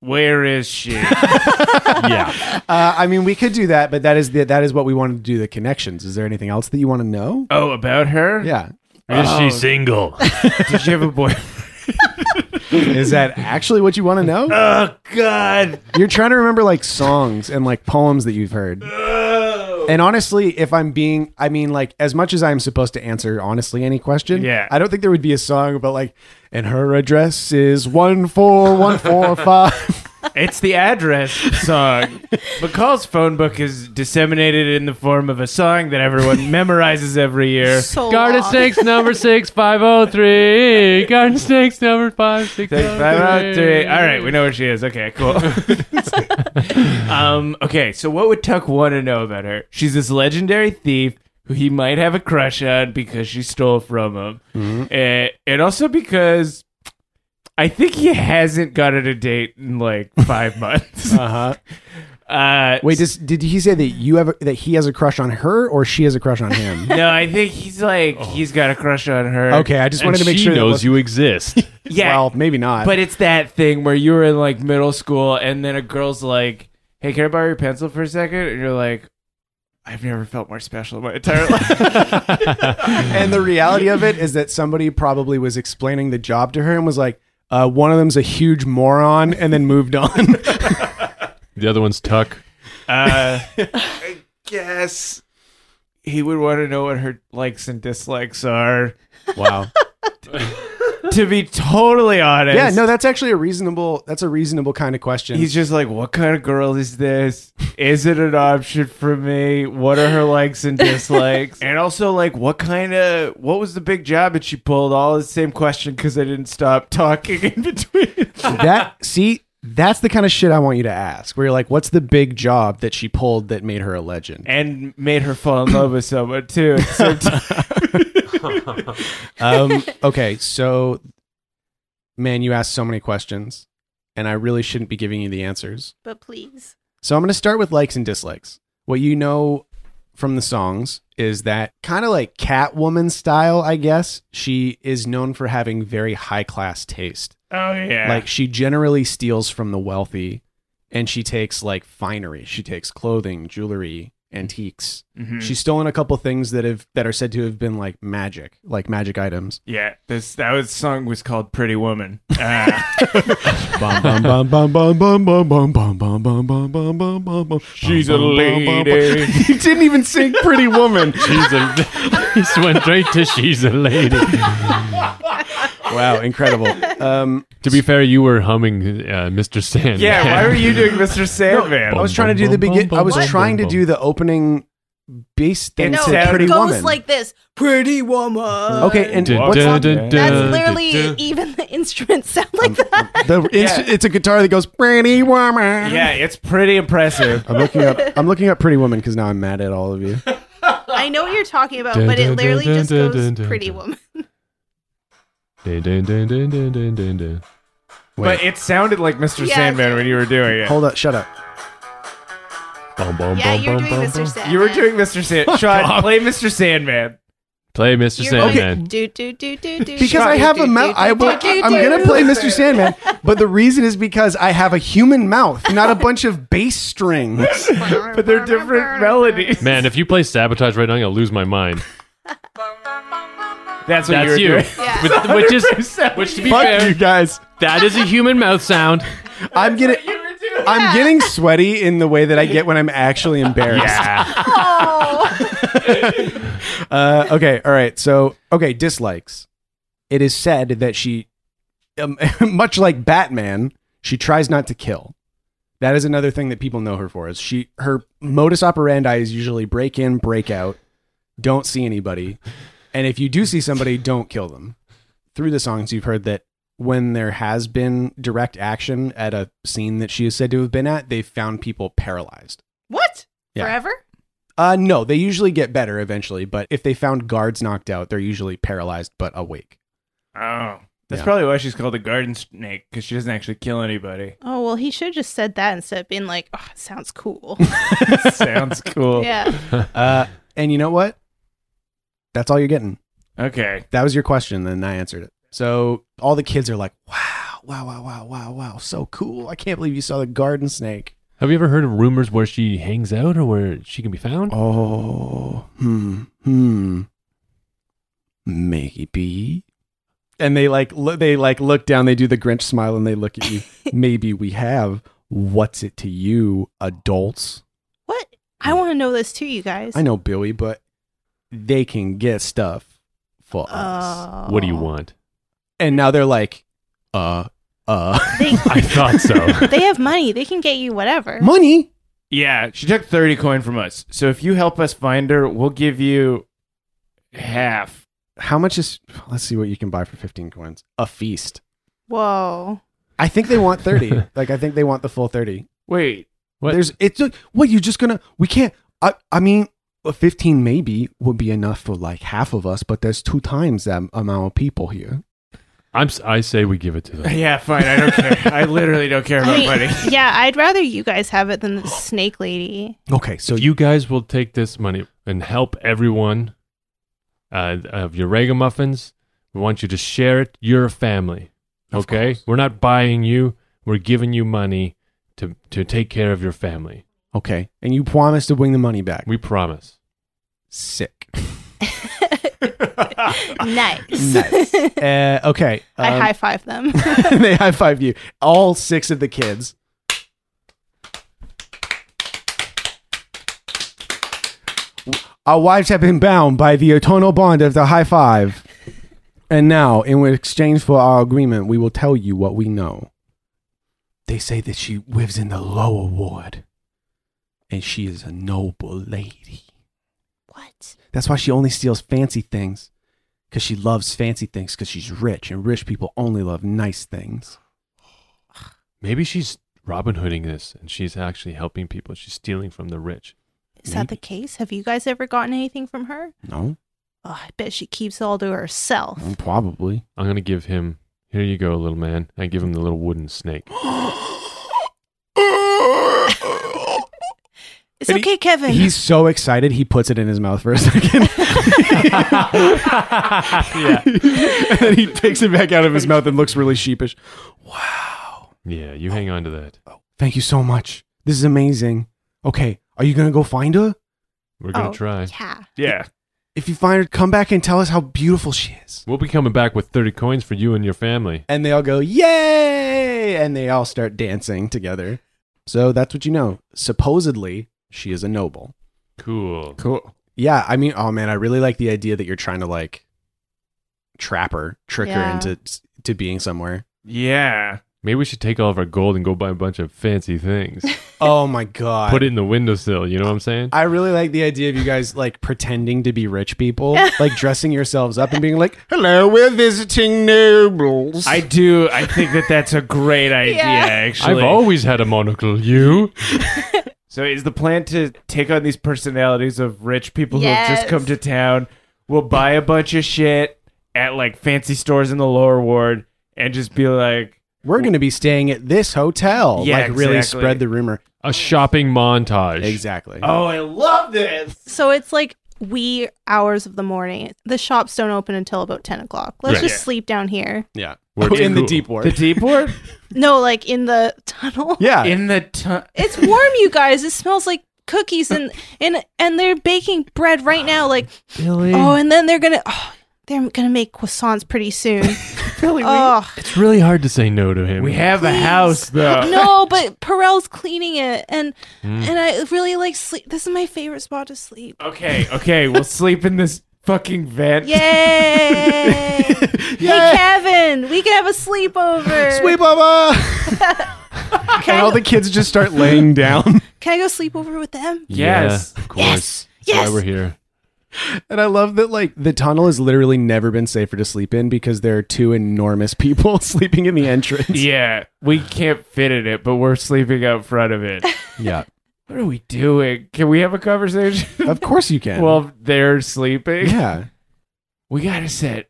S4: where is she?
S2: yeah. Uh, I mean, we could do that, but that is the, that is what we wanted to do. The connections. Is there anything else that you want to know?
S4: oh, about her?
S2: Yeah.
S5: Is
S4: Oh.
S5: she single?
S4: Did you have a boy?
S2: Is that actually what you want to know?
S4: oh God.
S2: You're trying to remember like songs and like poems that you've heard.
S4: Oh.
S2: And honestly, if I'm being, I mean, like, as much as I'm supposed to answer honestly any question,
S4: Yeah.
S2: I don't think there would be a song about like, and her address is 14145.
S4: It's the address song. McCall's phone book is disseminated in the form of a song that everyone memorizes every year.
S3: So
S5: Garden
S3: long.
S5: snakes number six five oh three. Garden snakes number five six
S4: Six,
S5: oh
S4: five, oh, three.
S5: three.
S4: All right, we know where she is. Okay, cool. um, okay, so what would Tuck want to know about her? She's this legendary thief who he might have a crush on because she stole from him,
S5: Mm-hmm.
S4: Eh, and also because I think he hasn't gotten a date in like five months.
S2: Uh huh.
S4: Uh,
S2: Wait, does, did he say that you have a, that he has a crush on her, or she has a crush on him?
S4: no, I think he's like he's got a crush on her.
S2: okay, I just
S5: And
S2: wanted to make
S5: she
S2: sure. that
S5: knows
S2: was-
S5: you exist.
S4: yeah,
S2: Well, maybe not.
S4: But it's that thing where you were in like middle school and then a girl's like, Hey, can I borrow your pencil for a second? And you're like, I've never felt more special in my entire life.
S2: and the reality of it is that somebody probably was explaining the job to her and was like, uh, "One of them's a huge moron," and then moved on.
S5: the other one's Tuck.
S4: uh, I guess he would want to know what her likes and dislikes are.
S2: wow.
S4: To be totally honest.
S2: Yeah. No, that's actually a reasonable. That's a reasonable kind of question.
S4: He's just like, what kind of girl is this? Is it an option for me? What are her likes and dislikes? and also, like, what kind of, what was the big job that she pulled? All the same question because I didn't stop talking in between.
S2: that see. That's the kind of shit I want you to ask. Where you're like, "What's the big job that she pulled that made her a legend?"
S4: and made her fall in love with someone too. at the same time.
S2: um, okay, so man, you asked so many questions, and I really shouldn't be giving you the answers.
S3: But please.
S2: So I'm going to start with likes and dislikes. What you know from the songs is that kind of like Catwoman style, I guess. She is known for having very high class taste.
S4: oh yeah,
S2: Like she generally steals from the wealthy, and she takes like finery. She takes clothing, jewelry, antiques.
S4: Mhm.
S2: She's stolen a couple things that have that are said to have been like magic, like magic items.
S4: yeah. This that was, song was called "Pretty Woman." Uh,
S2: bum, bum, bum, bum, bum, bum, bum, bum, bum, bum, bum, bum, bum, bum, bum.
S4: She's a
S2: Bum, bum, bum, bum, bum.
S4: lady.
S2: He didn't even sing Pretty Woman.
S5: She's a. he went right to she's a lady.
S2: wow, incredible. Um,
S5: To be fair, you were humming uh, Mr. Sand.
S4: Yeah, why were you doing Mr. Sandman?
S2: I was trying to do the begin. I was
S5: What?
S2: trying to do the opening bass thing
S4: No,
S2: to
S4: it
S2: Pretty
S3: it goes
S2: Woman.
S3: like this Pretty Woman.
S2: okay, and
S5: Dun,
S2: what's
S5: dun,
S2: on-
S5: dun,
S3: That's
S5: dun,
S3: literally
S5: dun, Um, dun.
S3: even the instruments sound like that.
S2: the, it's, it's a guitar that goes Pretty Woman.
S4: Yeah, it's pretty impressive.
S2: I'm looking up. I'm looking up Pretty Woman because now I'm mad at all of you.
S3: I know what you're talking about,
S5: Dun,
S3: but it
S5: dun,
S3: literally
S5: dun,
S3: just
S5: dun,
S3: goes
S5: dun, dun,
S3: Pretty
S5: dun.
S3: Woman. e-
S5: Dun, dun, dun, dun, dun, dun, dun, dun.
S2: Wait,
S4: But it sounded like Mr.
S3: Yeah.
S4: Sandman when you were doing it.
S2: hold up, shut up.
S5: Bum, bum,
S3: Yeah,
S5: bum,
S3: you're
S5: bum,
S3: doing
S5: bum,
S3: Mr.
S5: bum.
S3: Sandman.
S4: You were doing Mr. Sandman. Sean, play Mr. Sandman.
S5: Play Mr.
S3: You're like,
S5: Sandman.
S3: Do, do, do, do, do,
S2: Because
S3: do,
S2: I
S3: do,
S2: have
S3: do,
S2: a
S3: do,
S2: mouth.
S3: do,
S2: I will,
S3: do, do,
S2: I'm
S3: do.
S2: gonna play Mr. Sandman, but the reason is because I have a human mouth, not a bunch of bass strings.
S4: But they're different melodies.
S5: Man, if you play Sabotage right now, I'm going to lose my mind.
S4: That's what you were
S5: That's you.
S4: doing.
S3: Yeah.
S5: Which- Which is, which to be
S2: Fuck
S5: fair,
S2: you guys.
S5: that is a human mouth sound.
S2: I'm getting. I'm getting sweaty in the way that I get when I'm actually embarrassed.
S3: Oh.
S2: Uh, okay, all right. So, okay, dislikes. It is said that she, um, much like Batman, she tries not to kill. That is another thing that people know her for. Is she her modus operandi is usually break in, break out, don't see anybody, and if you do see somebody, don't kill them. Through the songs, you've heard that when there has been direct action at a scene that she is said to have been at, they've found people paralyzed.
S3: What?
S2: Yeah.
S3: Forever?
S2: Uh, no, they usually get better eventually, but if they found guards knocked out, they're usually paralyzed but awake.
S4: Oh. That's
S2: Yeah.
S4: probably why she's called a garden snake, because she doesn't actually kill anybody.
S3: Oh, well, he should have just said that instead of being like, oh, it sounds cool.
S4: Sounds cool.
S3: yeah.
S2: Uh, and you know what? That's all you're getting.
S4: Okay.
S2: That was your question, and I answered it. So all the kids are like, "Wow, wow, wow, wow, wow, wow, so cool! I can't believe you saw the garden snake."
S5: Have you ever heard of rumors where she hangs out or where she can be found?
S2: Oh, hmm, hmm. Maggie B. And they like lo- they like look down. They do the Grinch smile and they look at you. Maybe we have. What's it to you, adults?
S3: What? I want to know this too, you guys.
S2: I know Billy, but they can get stuff for us.
S3: Oh.
S5: What do you want?
S2: And now they're like, uh, uh,
S3: They,
S5: I thought so.
S3: they have money. They can get you whatever.
S2: money.
S4: Yeah, she took 30 coin from us. So if you help us find her, we'll give you half.
S2: How much is? Let's see what you can buy for fifteen coins. A feast.
S3: Whoa.
S2: I think they want thirty. like I think they want the full thirty.
S4: Wait.
S5: What?
S2: There's it's like, what you just gonna? We can't. I I mean, a fifteen maybe would be enough for like half of us, but there's two times that amount of people here.
S5: I'm, s- I say we give it to them.
S4: Yeah, fine. I don't care. I literally don't care
S3: I
S4: about
S3: mean,
S4: money.
S3: yeah, I'd rather you guys have it than the snake lady.
S2: Okay, so
S5: So you guys will take this money and help everyone uh, of your ragamuffins. We want you to share it. You're a family.
S2: Of
S5: Okay?
S2: course.
S5: We're not buying you. We're giving you money to, to take care of your family.
S2: okay, and you promise to bring the money back.
S5: We promise.
S2: Sick.
S3: Nice.
S2: Nice. uh, okay.
S3: I
S2: um,
S3: high five them.
S2: they high five you. All six of the kids. Our wives have been bound by the eternal bond of the high five. And now, in exchange for our agreement, we will tell you what we know. They say that she lives in the lower ward. And she is a noble lady.
S3: what?
S2: That's why she only steals fancy things. Because she loves fancy things because she's rich. And rich people only love nice things.
S5: Maybe she's Robin Hooding this and she's actually helping people. She's stealing from the rich.
S3: Is that the case? Have you guys ever gotten anything from her?
S2: No, mm,
S3: Oh, I bet she keeps it all to herself.
S2: Mm-hmm. probably.
S5: I'm going to give him, here you go, little man. I give him the little wooden snake.
S3: It's okay, Kevin.
S2: He's so excited, he puts it in his mouth for a second.
S5: yeah.
S2: and then he takes it back out of his mouth and looks really sheepish.
S5: Yeah, you hang on to that.
S2: Thank you so much. This is amazing. Okay, are you going to go find her?
S5: We're going to
S3: Oh,
S5: try.
S3: Yeah.
S4: Yeah.
S2: If you find her, come back and tell us how beautiful she is.
S5: We'll be coming back with 30 coins for you and your family.
S2: And they all go, Yay! And they all start dancing together. So that's what you know. Supposedly, she is a noble.
S5: Cool.
S4: Cool.
S2: Yeah, I mean, oh man, I really like the idea that you're trying to like trap her, trick
S3: Yeah.
S2: her into to being somewhere.
S4: Yeah.
S5: Maybe we should take all of our gold and go buy a bunch of fancy things.
S2: Oh my god.
S5: Put it in the windowsill. You know what I'm saying?
S2: I really like the idea of you guys like pretending to be rich people, like dressing yourselves up and being like, "Hello, we're visiting nobles."
S4: I do. I think that that's a great idea, actually.
S5: I've always had a monocle. You?
S4: so, is the plan to take on these personalities of rich people who have just
S3: Yes.
S4: come to town? We'll buy a bunch of shit at like fancy stores in the lower ward and just be like,
S2: we're going to be staying at this hotel.
S4: Yeah,
S2: like really
S4: exactly.
S2: spread the rumor.
S5: A shopping montage.
S2: Exactly.
S4: oh, I love this.
S3: So it's like wee hours of the morning. The shops don't open until about 10 o'clock. Let's
S5: Right.
S3: just
S4: Yeah.
S3: sleep down here.
S2: yeah.
S5: We're
S2: Oh, in the
S5: cool.
S2: deep ward.
S4: The deep ward?
S3: No, like in the tunnel.
S2: yeah.
S4: In the tu-
S3: It's warm, you guys. It smells like cookies and and and they're baking bread right now like
S4: Billy.
S3: oh and then they're going to oh, they're going to make croissants pretty soon. oh.
S5: It's really hard to say no to him.
S4: we have a house, though.
S3: No, but Perel's cleaning it and and I really like sleep. This is my favorite spot to sleep.
S4: Okay, okay. We'll sleep in this fucking vent.
S3: Yay! Hey Kevin, we can have a sleepover.
S2: Sweet Baba. and all the kids just start laying down.
S3: Can I go sleep over with them?
S4: Yes.
S5: Yeah, of course. That's
S3: Yes.
S5: why we're here.
S2: and I love that like the tunnel has literally never been safer to sleep in because there are two enormous people sleeping in the entrance.
S4: Yeah, we can't fit in it, but we're sleeping out front of it.
S2: yeah.
S4: What are we doing? Can we have a conversation
S2: Of course you can.
S4: while they're sleeping?
S2: yeah.
S4: We gotta set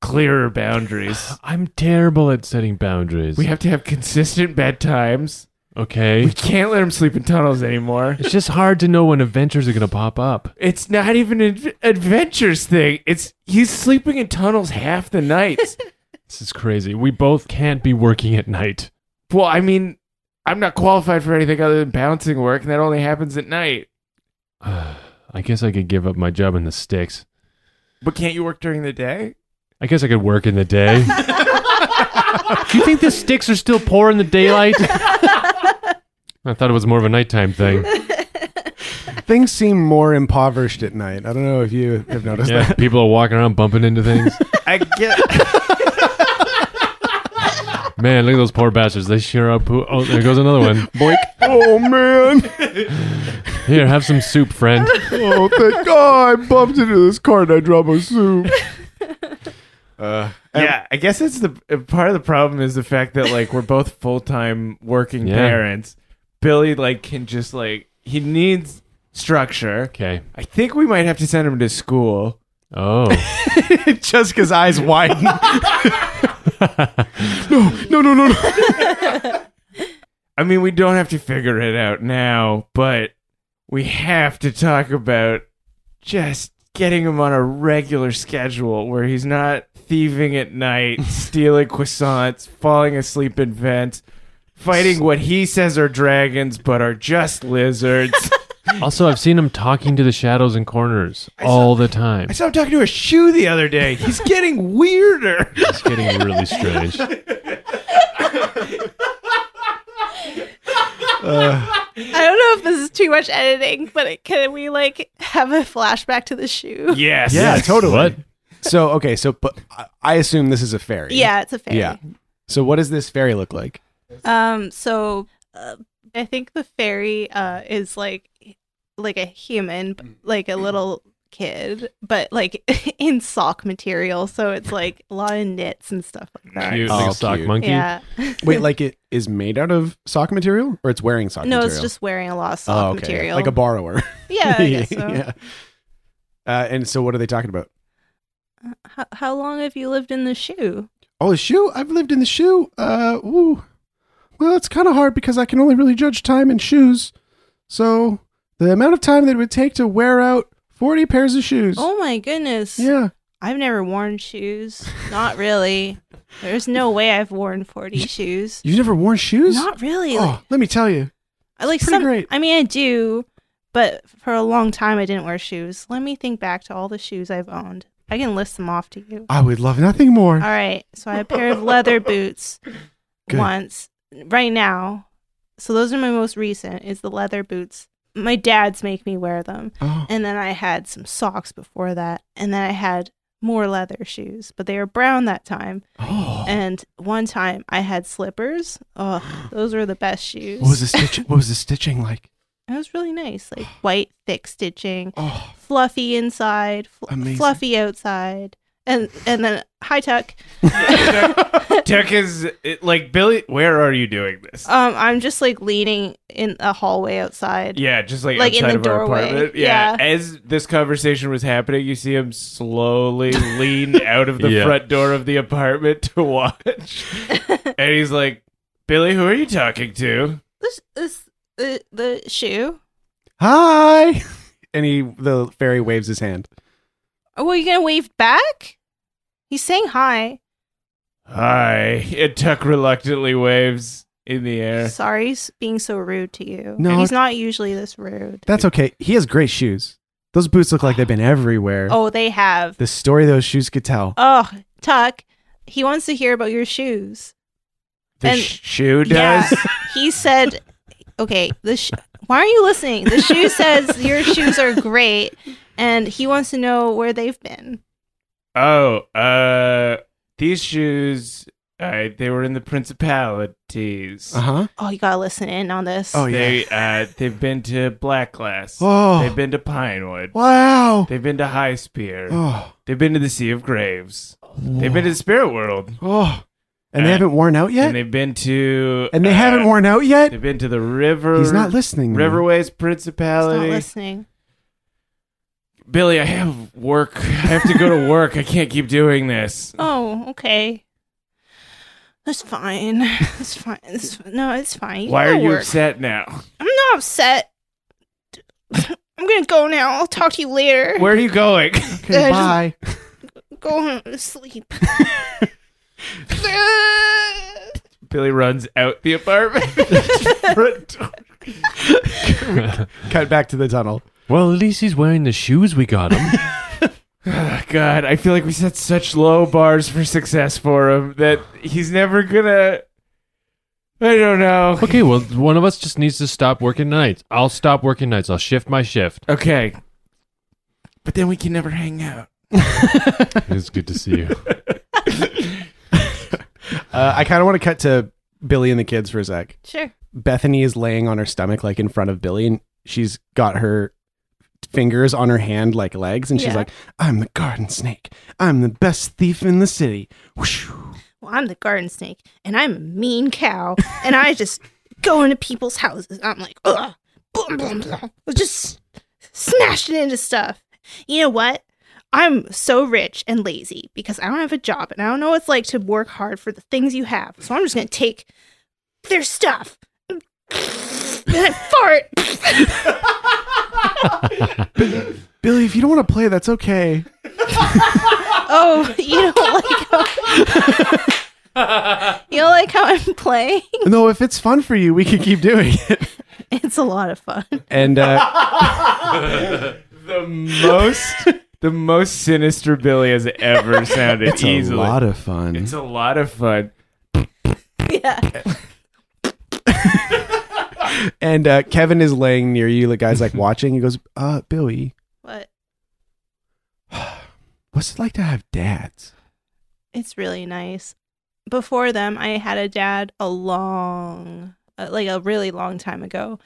S4: clearer boundaries.
S5: I'm terrible at setting boundaries.
S4: We have to have consistent bedtimes.
S5: okay.
S4: We can't let them sleep in tunnels anymore.
S5: it's just hard to know when adventures are going to pop up.
S4: It's not even an adventures thing. It's he's sleeping in tunnels half the nights.
S5: This is crazy. We both can't be working at night.
S4: well, I mean, I'm not qualified for anything other than bouncing work, and that only happens at night.
S5: I guess I could give up my job in the sticks.
S4: But can't you work during the day?
S5: I guess I could work in the day. Do you think the sticks are still poor in the daylight? I thought it was more of a nighttime thing.
S2: Things seem more impoverished at night. I don't know if you have noticed
S5: Yeah, people are walking around bumping into things.
S4: I get.
S5: Man, look at those poor bastards. They sure are poo. Oh, there goes another one.
S2: that. Boink. Oh man.
S5: Here, have some soup, friend.
S2: Oh thank God! I bumped into this car and I dropped my soup. Uh,
S4: yeah, I guess it's the uh, part of the problem is the fact that like we're both full time working
S5: Yeah.
S4: parents. Billy like can just like he needs structure.
S5: Okay.
S4: I think we might have to send him to school.
S5: Oh.
S2: Jessica's eyes widen. no, no, no, no, no.
S4: I mean, we don't have to figure it out now, but we have to talk about just getting him on a regular schedule where he's not thieving at night, stealing croissants, falling asleep in vents, fighting what he says are dragons but are just lizards.
S5: Also, I've seen him talking to the shadows and corners all the time.
S4: I saw him talking to a shoe the other day. He's getting weirder.
S5: It's getting really strange.
S3: I don't know if this is too much editing, but it, can we like have a flashback to the shoe? Yeah,
S4: Yes.
S2: Yeah, totally.
S5: What?
S2: So, okay, so but I- I assume this is a fairy.
S3: it's a fairy.
S2: Yeah. So, what does this fairy look like?
S3: Um. So, uh, I think the fairy uh is like like a human, but, like a little kid, but like in sock material. So it's like a lot of knits and stuff like that.
S5: Cute,
S2: Oh,
S5: like a sock
S2: cute.
S5: monkey.
S3: Yeah.
S2: Wait, like it is made out of sock material, or it's wearing sock
S3: No,
S2: material?
S3: it's just wearing a lot of sock
S2: oh, okay.
S3: material.
S2: like a borrower.
S3: yeah. I guess so.
S2: yeah. Uh, and so, what are they talking about?
S3: How, how long have you lived in the shoe?
S2: Oh, the shoe? I've lived in the shoe. Uh, ooh. Well, it's kind of hard because I can only really judge time in shoes. So the amount of time that it would take to wear out 40 pairs of shoes.
S3: Oh my goodness.
S2: Yeah.
S3: I've never worn shoes. Not really. There's no way I've worn 40 shoes.
S2: You've never worn shoes?
S3: Not really. Like,
S2: Oh, let me tell you.
S3: I like
S2: pretty
S3: some
S2: great.
S3: I mean I do, but for a long time I didn't wear shoes. Let me think back to all the shoes I've owned. I can list them off to you.
S2: I would love nothing more.
S3: All right. So I have a pair of leather boots
S2: Good.
S3: once right now. So those are my most recent is the leather boots. My dad's make me wear them.
S2: Oh.
S3: And then I had some socks before that. And then I had more leather shoes, but they were brown that time.
S4: Oh.
S3: And one time I had slippers. Oh, those were the best shoes.
S2: What was the stitch? What was the stitching like?
S3: It was really nice, like white thick stitching,
S2: Oh,
S3: fluffy inside, fl-
S2: Amazing.
S3: fluffy outside, and and then high tuck.
S4: Tech is it, like Billy. Where are you doing this?
S3: Um, I'm just like leaning in a hallway outside.
S4: yeah, just like,
S3: like in
S4: outside
S3: the
S4: of
S3: doorway.
S4: our apartment. Yeah.
S3: Yeah.
S4: As this conversation was happening, you see him slowly lean out of the
S5: Yeah.
S4: front door of the apartment to watch, and he's like, "Billy, who are you talking to?"
S3: This this the the shoe.
S2: hi! And he, the fairy, waves his hand.
S3: Oh, are you gonna wave back? He's saying hi.
S4: Hi. And Tuck reluctantly waves in the air.
S3: Sorry, s- being so rude to you.
S2: No,
S3: he's not usually this rude.
S2: That's okay. He has great shoes. Those boots look like they've been everywhere.
S3: Oh, they have.
S2: the story those shoes could tell.
S3: Oh, Tuck, he wants to hear about your shoes.
S4: The
S3: And-
S4: sh- shoe does.
S3: Yeah, he said, "Okay, the sh- why are you listening? The shoe says your shoes are great, and he wants to know where they've been.
S4: Oh, uh, these shoes. Uh, they were in the principalities.
S2: Uh huh.
S3: Oh, you gotta listen in on this.
S2: Oh yeah.
S4: They uh, they've been to Black Glass.
S2: Oh.
S4: They've been to Pinewood.
S2: Wow.
S4: They've been to High Spear.
S2: Oh.
S4: They've been to the Sea of Graves. They've been to the Spirit World.
S2: Oh. And
S4: Uh,
S2: they haven't worn out yet.
S4: And they've been to.
S2: And they
S4: uh,
S2: haven't worn out yet.
S4: They've been to the River.
S2: He's not listening. man.
S4: Riverways
S3: He's not
S4: Principality.
S3: listening.
S4: Billy, I have work. I have to go to work. I can't keep doing this.
S3: Oh, okay." That's fine. That's fine. It's, no, it's fine. You
S4: Why are
S3: gotta
S4: you
S3: work.
S4: upset now?
S3: I'm not upset. I'm gonna go now. I'll talk to you later.
S4: Where are you going?
S2: Okay,
S3: I just-
S2: bye.
S3: Go home to sleep.
S4: Billy runs out the apartment. Front door.
S2: Cut back to the tunnel.
S5: well, at least he's wearing the shoes we got him.
S4: Ah, God, I feel like we set such low bars for success for him that he's never gonna. I don't know.
S5: okay, well, one of us just needs to stop working nights. I'll stop working nights. I'll shift my shift.
S4: Okay. But then we can never hang out.
S5: it's good to see you.
S2: Uh, I kind of want to cut to Billy and the kids for a sec.
S3: sure.
S2: Bethany is laying on her stomach, like in front of Billy, and she's got her fingers on her hand like legs, and she's
S3: Yeah.
S2: like, "I'm the garden snake. I'm the best thief in the city." Whoosh.
S3: Well, I'm the garden snake, and I'm a mean cow, and I just go into people's houses. I'm like, ugh, boom, boom, boom, just smashing into stuff. You know what? I'm so rich and lazy because I don't have a job, and I don't know what it's like to work hard for the things you have. So I'm just gonna take their stuff. And I fart.
S2: Billy, if you don't want to play, that's okay.
S3: Oh, you don't like how you don't like how I'm playing?
S2: no, if it's fun for you, we can keep doing it.
S3: It's a lot of fun.
S2: And uh,
S4: The most, the most sinister Billy has ever sounded.
S2: it's
S4: easily,
S2: a lot of fun.
S4: it's a lot of fun.
S3: Yeah.
S2: and uh, Kevin is laying near you. The guy's like watching. He goes, "Uh, Billy,
S3: What?
S2: what's it like to have dads?"
S3: It's really nice. Before them, I had a dad a long, uh, like a really long time ago,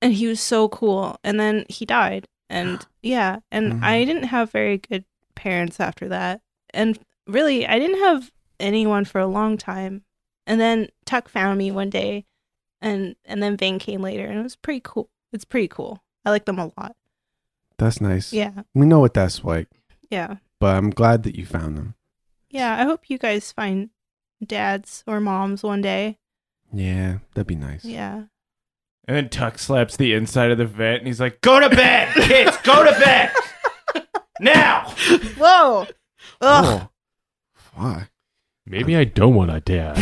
S3: and he was so cool. And then he died, and yeah, and
S2: Mhm.
S3: I didn't have very good parents after that. And really, I didn't have anyone for a long time. And then Tuck found me one day, and and then Vane came later, and it was pretty cool. It's pretty cool. I like them a lot.
S2: That's nice.
S3: Yeah,
S2: We know what that's like,
S3: yeah,
S2: but I'm glad that you found them.
S3: yeah. I hope you guys find dads or moms one day.
S2: Yeah, that'd be nice.
S3: Yeah.
S4: And then Tuck slaps the inside of the vent, and he's like, "Go to bed, kids. Go to bed now."
S3: Whoa. Ugh.
S2: Oh, why?
S5: Maybe I don't want a dad.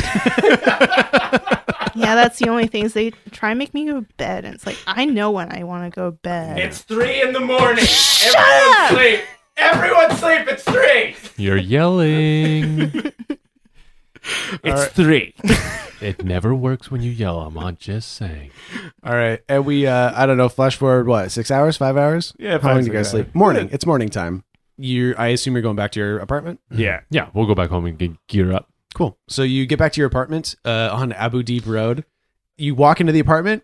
S3: Yeah, that's the only thing is they try and make me go to bed, and it's like I know when I want to go to bed.
S4: It's three in the morning.
S3: Shut
S4: Everyone
S3: up!
S4: sleep. Everyone sleep. It's three.
S5: You're yelling.
S4: It's three.
S5: it never works when you yell. I'm not just saying.
S2: All right, and we uh I don't know. Flash forward what? Six hours? Five hours?
S4: Yeah,
S2: How
S4: five,
S2: long do you
S4: six
S2: guys
S4: hours.
S2: sleep? Morning. It's morning time. you I assume you're going back to your apartment.
S4: Yeah.
S5: Yeah, we'll go back home and get gear up.
S2: Cool. So you get back to your apartment uh, on Abu Deep Road. You walk into the apartment.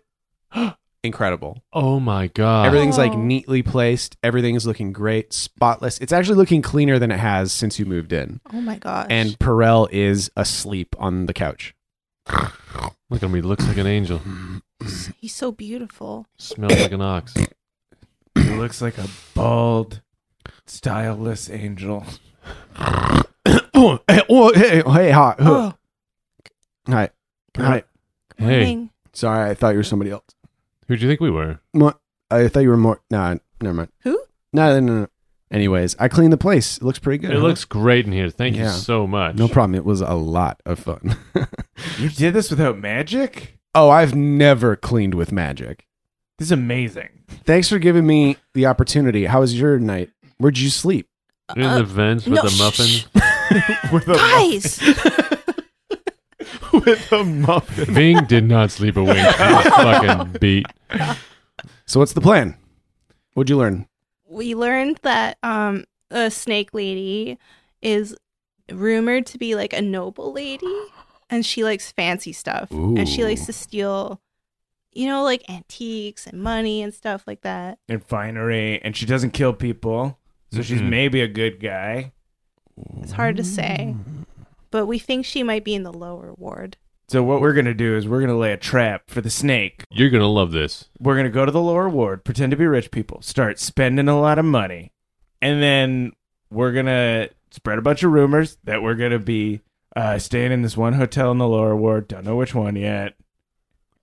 S2: Incredible.
S5: Oh my god.
S2: Everything's like
S3: Oh.
S2: neatly placed. Everything's looking great, spotless. It's actually looking cleaner than it has since you moved in.
S3: Oh my gosh.
S2: And Perel is asleep on the couch.
S5: Look at me, looks like an angel.
S3: he's so beautiful.
S5: Smells like an ox.
S4: He looks like a bald, styleless angel.
S2: oh, hey, oh, hey, hey, hi.
S3: Oh.
S2: huh. Hi. Hi.
S5: Hey.
S3: Morning.
S2: Sorry, I thought you were somebody else.
S5: Who'd you think we were?
S2: Mo- I thought you were more. Nah, never mind.
S3: Who?
S2: No, no, no. no. Anyways, I cleaned the place. It looks pretty good.
S5: It
S2: huh?
S5: looks great in here. Thank
S2: Yeah.
S5: you so much.
S2: No problem. It was a lot of fun.
S4: You did this without magic?
S2: oh, I've never cleaned with magic.
S4: This is amazing.
S2: Thanks for giving me the opportunity. How was your night? Where'd you sleep?
S5: In the vents with
S3: no,
S5: the
S3: shh,
S5: muffins.
S4: With a
S3: Guys,
S4: with a muffin.
S5: Ving did not sleep a wink. He was fucking beat.
S2: So what's the plan? What'd you learn?
S3: we learned that um a snake lady is rumored to be like a noble lady and she likes fancy stuff and she likes to steal you know like antiques and money and stuff like that.
S4: And finery, and she doesn't kill people, so she's
S5: Mhm.
S4: maybe a good guy.
S3: It's hard to say. But we think she might be in the lower ward.
S4: So what we're gonna do is we're gonna lay a trap for the snake.
S5: You're gonna love this.
S4: We're gonna go to the lower ward, pretend to be rich people, start spending a lot of money, and then we're gonna spread a bunch of rumors that we're gonna be uh, staying in this one hotel in the lower ward. Don't know which one yet.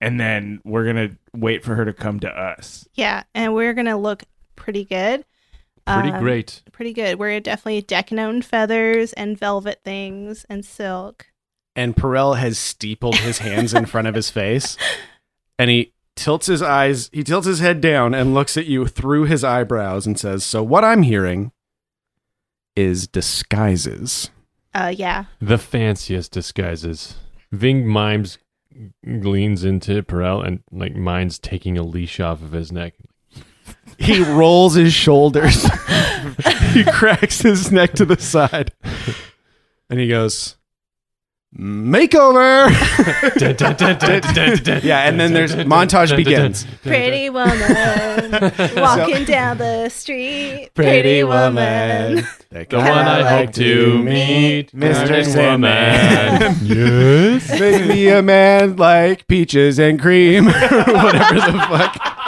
S4: And then we're gonna wait for her to come to us.
S3: Yeah, and we're gonna look pretty good.
S5: Pretty
S3: Um,
S5: great.
S3: Pretty good. We're definitely decking out in feathers and velvet things and silk.
S2: And Perel has steepled his hands in front of his face, and he tilts his eyes. He tilts his head down and looks at you through his eyebrows and says, "So what I'm hearing is disguises."
S3: Uh, yeah.
S5: The fanciest disguises. Ving mimes leans into Perel and like mimes taking a leash off of his neck.
S2: He rolls his shoulders. he cracks his neck to the side. And he goes, Makeover! Yeah, and then there's montage begins.
S3: Pretty woman walking down the street.
S2: The
S5: The one I
S3: Hello.
S5: hope to meet,
S4: Mr.
S5: Pretty
S4: Sandman.
S5: woman. yes.
S2: Make me a man like peaches and cream. Whatever the fuck.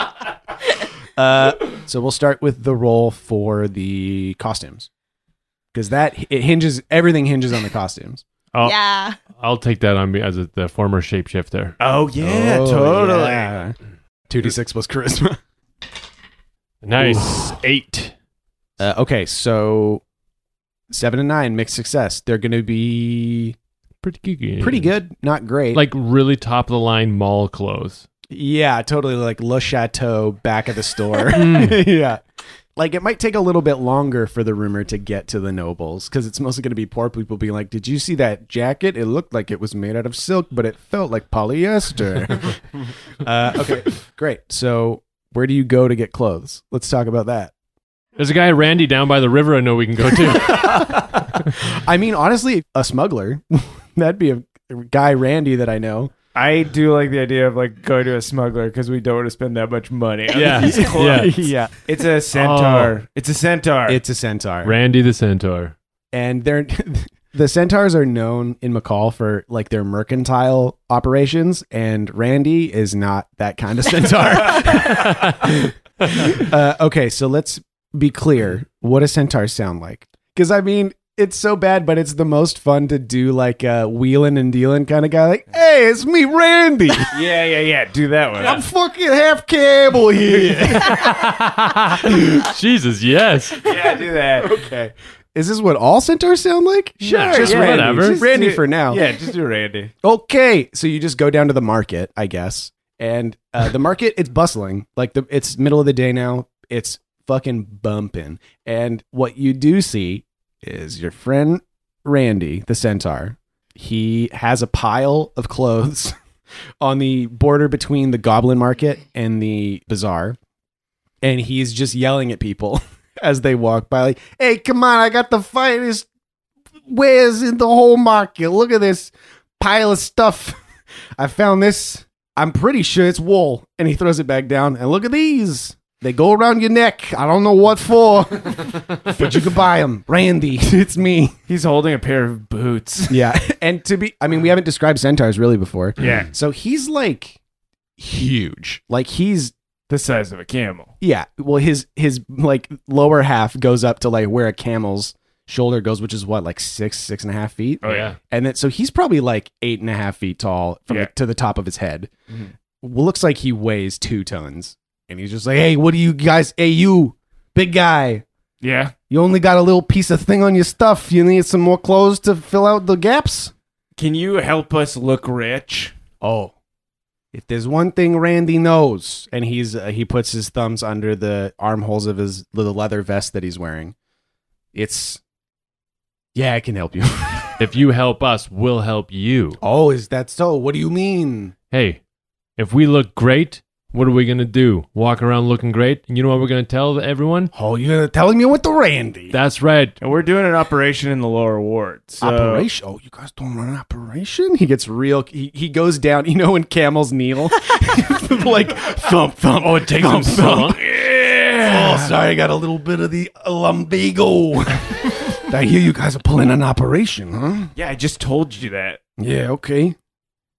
S2: Uh, so we'll start with the roll for the costumes. Because that it hinges everything hinges on the costumes.
S5: I'll,
S3: Yeah.
S5: I'll take that on me as a, the former shapeshifter.
S4: Oh yeah,
S2: Oh,
S4: totally.
S2: yeah. 2d6 plus charisma.
S5: Nice. Eight.
S2: Uh, okay, so seven and nine mixed success. They're going to be
S5: Pretty good. game.
S2: pretty good, not great.
S5: Like really top of the line mall clothes.
S2: yeah, totally like Le Chateau back of the store.
S5: Mm.
S2: yeah, like it might take a little bit longer for the rumor to get to the nobles because it's mostly going to be poor people being like, "Did you see that jacket? It looked like it was made out of silk, but it felt like polyester." uh, okay, great. So where do you go to get clothes? Let's talk about that.
S5: There's a guy Randy down by the river I know we can go to.
S2: I mean, honestly, a smuggler. That'd be a guy Randy that I know.
S4: I do like the idea of like going to a smuggler because we don't want to spend that much money. on
S5: yeah.
S4: these clothes.
S5: yeah.
S2: yeah.
S4: It's a centaur. It's a centaur.
S2: It's a centaur.
S5: Randy the centaur.
S2: and they're the centaurs are known in McCall for like their mercantile operations, and Randy is not that kind of centaur. uh, okay, so let's be clear. What does centaurs sound like? Because I mean, it's so bad, but it's the most fun to do like a wheeling and dealing kind of guy. Like, hey, it's me, Randy.
S4: yeah, yeah, yeah. Do that one.
S2: I'm fucking half cable here.
S5: Jesus, yes.
S4: yeah, do that.
S2: okay. Is this what all centaurs sound like? Sure.
S5: just
S2: yeah.
S5: whatever.
S2: Just Randy
S4: do-
S2: for now.
S4: Yeah, just do Randy.
S2: Okay. So you just go down to the market, I guess. And uh, the market, it's bustling. Like the it's middle of the day now. It's fucking bumping. And what you do see is your friend Randy, the centaur. He has a pile of clothes on the border between the goblin market and the bazaar. And he's just yelling at people as they walk by, like, hey, come on, I got the finest wares in the whole market. Look at this pile of stuff. I found this. I'm pretty sure it's wool. And he throws it back down. And look at these. They go around your neck. I don't know what for, but you can buy them. Randy, it's me.
S4: He's holding a pair of boots.
S2: Yeah. And to be, I mean, we haven't described centaurs really before.
S4: Yeah,
S2: So he's like huge. Like he's
S4: the size of a camel.
S2: yeah. Well, his his like lower half goes up to like where a camel's shoulder goes, which is what like six six and a half feet.
S4: Oh yeah.
S2: And then so he's probably like eight and a half feet tall from
S4: Yeah.
S2: the, to the top of his head.
S4: Mhm.
S2: Well, looks like he weighs two tons, and he's just like, hey, what do you guys? Hey, you big guy.
S4: Yeah.
S2: You only got a little piece of thing on your stuff. You need some more clothes to fill out the gaps.
S4: Can you help us look rich?
S2: Oh. If there's one thing Randy knows, and he's uh, he puts his thumbs under the armholes of his the leather vest that he's wearing, it's yeah, I can help you.
S5: If you help us, we'll help you.
S2: oh, is that so? What do you mean?
S5: Hey, if we look great, what are we gonna do? Walk around looking great? And you know what we're gonna tell everyone?
S2: Oh, you're telling me with the Randy
S5: That's right.
S4: And we're doing an operation in the lower ward. So
S2: operation? Oh, you guys don't run an operation? He gets real. He, he goes down. You know when camels kneel, like thump thump. Oh, it takes him
S5: so long.
S2: Oh, sorry, I got a little bit of the lumbago. I hear you guys are pulling an operation, huh?
S4: Yeah, I just told you that.
S2: Yeah, okay.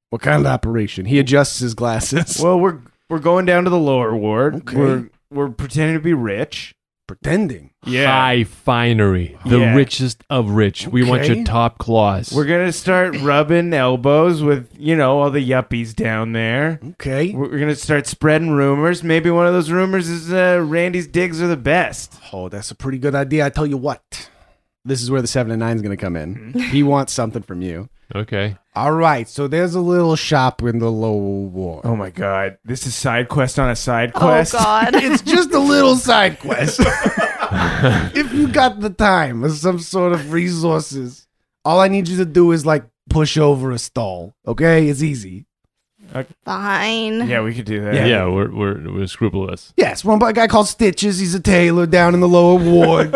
S2: What kind of operation? He adjusts his glasses.
S4: Well, we're we're going down to the lower ward.
S2: Okay.
S4: We're we're pretending to be rich.
S2: pretending.
S5: High finery. The
S4: Yeah.
S5: richest of rich. We want
S2: Okay.
S5: your top claws.
S4: We're gonna start rubbing elbows with you know all the yuppies down there.
S2: Okay.
S4: We're we're gonna start spreading rumors. Maybe one of those rumors is uh, Randy's digs are the best.
S2: Oh, that's a pretty good idea. I tell you what. This is where the seven and nine is going to come in. he wants something from you.
S5: okay.
S2: All right, so there's a little shop in the lower ward.
S4: Oh my god, this is side quest on a side quest.
S3: Oh God.
S2: It's just a little side quest. if you got the time or some sort of resources, all I need you to do is like push over a stall. Okay, it's easy.
S3: Fine.
S4: Yeah, we could do that.
S5: Yeah, we're, we're we're scrupulous.
S2: Yes, run by a guy called Stitches. He's a tailor down in the lower ward,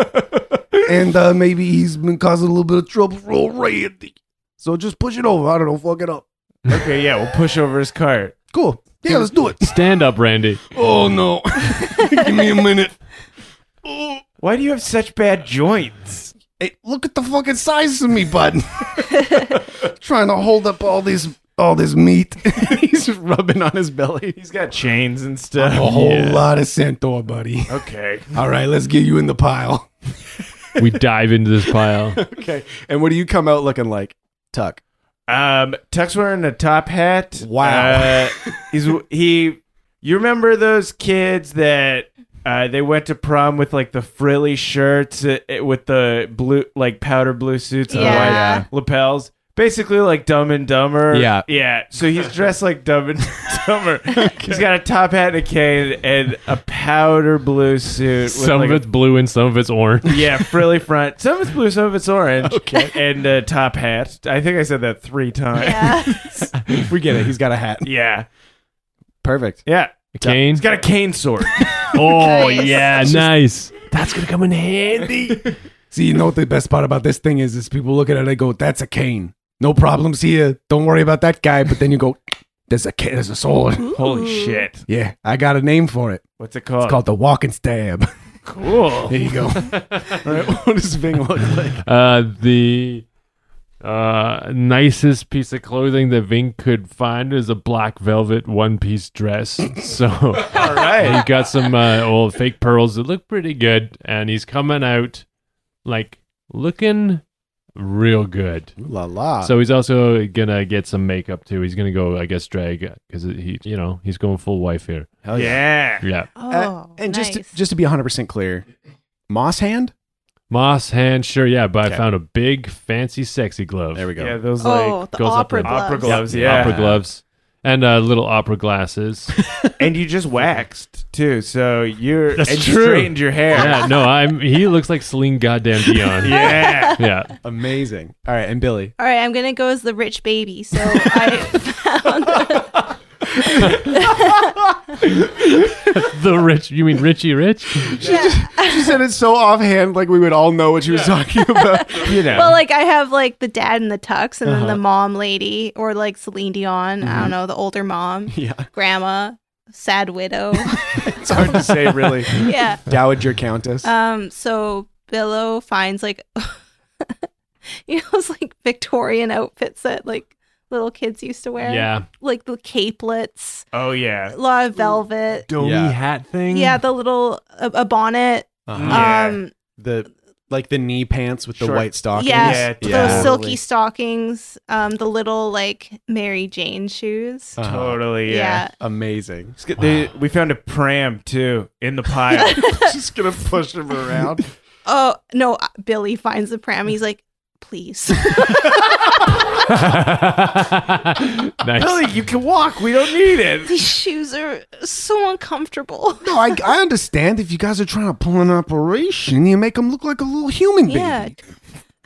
S2: and uh, maybe he's been causing a little bit of trouble for old Randy. So just push it over. I don't know, fuck it up.
S4: Okay, yeah, we'll push over his cart.
S2: Cool. Yeah, let's do it.
S5: Stand up, Randy.
S2: Oh no, give me a minute.
S4: Why do you have such bad joints?
S2: Hey, look at the fucking size of me, bud. Trying to hold up all this all this meat. He's rubbing on his belly.
S4: He's got chains and stuff.
S2: A whole lot of centaur, buddy.
S4: Okay.
S2: All right, let's get you in the pile.
S5: We dive into this pile.
S2: Okay. And what do you come out looking like? Tuck.
S4: Um, Tuck's wearing a top hat.
S2: Wow.
S4: Uh, he's he. You remember those kids that uh, they went to prom with like the frilly shirts uh, with the blue, like powder blue suits and
S3: Yeah.
S4: white lapels. Basically, like Dumb and Dumber.
S5: Yeah.
S4: yeah. So he's dressed like Dumb and Dumber. He's got a top hat and a cane and a powder blue suit. With
S5: Some
S4: like
S5: of
S4: a-
S5: it's blue and some of it's orange.
S4: yeah, frilly front. Some of it's blue, some of it's orange. Okay. And uh, top hat. I think I said that three times.
S3: Yeah.
S2: We get it. He's got a hat.
S4: Yeah.
S2: Perfect.
S4: Yeah.
S5: A cane.
S4: He's got a cane sword.
S5: Oh
S3: Nice.
S5: yeah, nice.
S2: That's gonna come in handy. See, you know what the best part about this thing is is people look at it and go, that's a cane. No problems here. Don't worry about that guy. But then you go, there's a ca- there's a sword.
S4: Holy shit.
S2: Yeah, I got a name for it.
S4: What's it called?
S2: It's called the walking stab.
S4: cool.
S2: There you go. what does Ving look like?
S5: Uh, the uh, nicest piece of clothing that Vink could find is a black velvet one-piece dress. So
S4: All right.
S5: he got some uh, old fake pearls that look pretty good, and he's coming out like looking real good.
S2: La la.
S5: So he's also gonna get some makeup too. He's gonna go, I guess, drag because he, you know, he's going full wife here.
S2: Hell
S4: Yeah.
S5: Yeah,
S3: Oh,
S2: Uh, and just
S3: nice.
S2: to, just to be 100% clear, Moss Hand?
S5: moss hand, sure, yeah. But
S2: Okay.
S5: I found a big, fancy, sexy glove.
S2: There we go.
S4: Yeah, those like
S3: oh, the
S5: goes up
S3: opera
S5: in-
S3: gloves.
S4: opera gloves. Yeah.
S5: opera gloves and uh, little opera glasses.
S4: And you just waxed too. So you're.
S5: That's
S4: and you
S5: true.
S4: straightened your hair.
S5: yeah, no, I'm. He looks like Celine Goddamn Dion.
S4: Yeah.
S5: yeah.
S2: Amazing. All right, and Billy.
S3: All right, I'm gonna go as the rich baby. So I found
S5: the rich. You mean Richie Rich?
S2: She said it so offhand, like we would all know what she was talking about.
S1: You know.
S3: Well, like I have like the dad in the tux and
S1: Uh-huh.
S3: then the mom lady or like Celine Dion. I don't know, the older mom,
S1: Mm-hmm. yeah.
S3: grandma, sad widow.
S2: It's hard to say, really.
S3: yeah.
S2: Dowager Countess.
S3: Um, so Billow finds like you know those like Victorian outfits that like little kids used to wear.
S5: Yeah.
S3: Like the capelets,
S4: Oh
S3: a
S4: yeah.
S3: lot of velvet.
S1: Domey Yeah.
S5: hat thing.
S3: Yeah, the little a, a bonnet.
S1: Uh-huh.
S4: Yeah.
S3: Um
S1: the like the knee pants with the
S4: Short-
S1: white stockings.
S3: yeah,
S4: Yeah,
S3: those
S4: totally.
S3: silky stockings, um, the little like Mary Jane shoes.
S1: Uh-huh.
S4: Totally. Yeah.
S3: yeah.
S1: Amazing.
S4: It's good- They, we found a pram too in the pile.
S2: Just gonna push him around.
S3: Oh no, uh, Billy finds the pram. He's like, please.
S5: nice.
S4: Billy, you can walk. We don't need it.
S3: These shoes are so uncomfortable.
S2: No, I, I understand if you guys are trying to pull an operation, you make him look like a little human being.
S3: Yeah.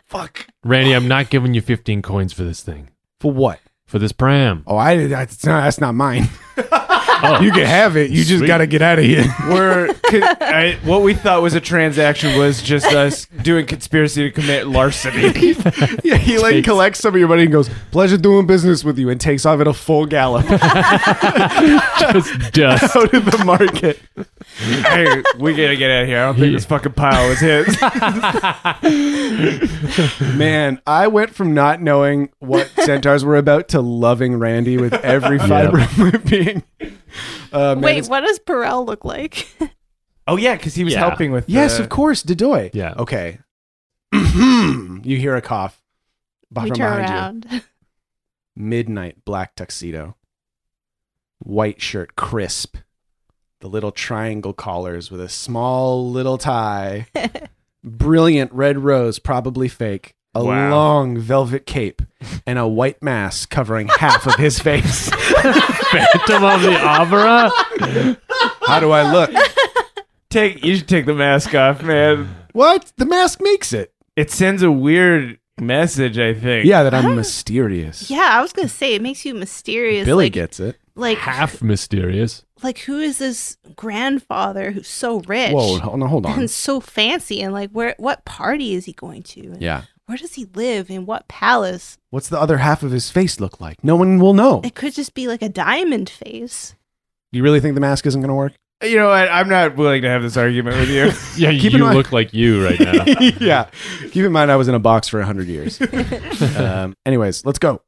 S2: Fuck.
S5: Randy, I'm not giving you 15 coins for this thing.
S2: For what?
S5: For this pram.
S2: Oh, I that's not, that's not mine. you can have it. You just
S5: Sweet.
S2: gotta get out of here.
S4: We're co- I, what we thought was a transaction was just us doing conspiracy to commit larceny.
S2: yeah, he like collects some of your money and goes, "Pleasure doing business with you," and takes off at a full gallop
S5: Just dust.
S2: out of the market.
S4: hey, we gotta get out of here. I don't think this fucking pile was his.
S2: Man, I went from not knowing what centaurs were about to loving Randy with every fiber of my being. Uh, man,
S3: Wait,
S2: it's-
S3: what does Perel look like?
S4: Oh yeah, because he was
S5: Yeah.
S4: helping with.
S2: yes,
S4: the-
S2: of course, Didoy.
S5: Yeah.
S2: Okay. you hear a cough. b-
S3: we
S2: from
S3: turn
S2: behind you.
S3: around.
S2: midnight black tuxedo, white shirt crisp, the little triangle collars with a small little tie, brilliant red rose, probably fake, a
S4: Wow.
S2: long velvet cape, and a white mask covering half of his face.
S5: Phantom of the Opera?
S2: How do I look?
S4: Take you should take the mask off, man.
S2: What? The mask makes it.
S4: It sends a weird message. I think.
S2: Yeah, that I'm mysterious.
S3: Yeah, I was gonna say it makes you mysterious.
S2: Billy
S3: like,
S2: gets it.
S3: like
S5: Half mysterious.
S3: like who is this grandfather who's so rich
S2: Whoa, hold on, hold on.
S3: and so fancy and like where what party is he going to? And
S2: Yeah.
S3: Where does he live? In what palace?
S2: What's the other half of his face look like? No one will know.
S3: It could just be like a diamond face.
S2: You really think the mask isn't going to work?
S4: You know what? I'm not willing to have this argument with you.
S5: Yeah,
S2: Keep in
S5: you
S2: mind-
S5: look like you right now.
S2: yeah. Keep in mind, I was in a box for 100 years. um, anyways, let's go.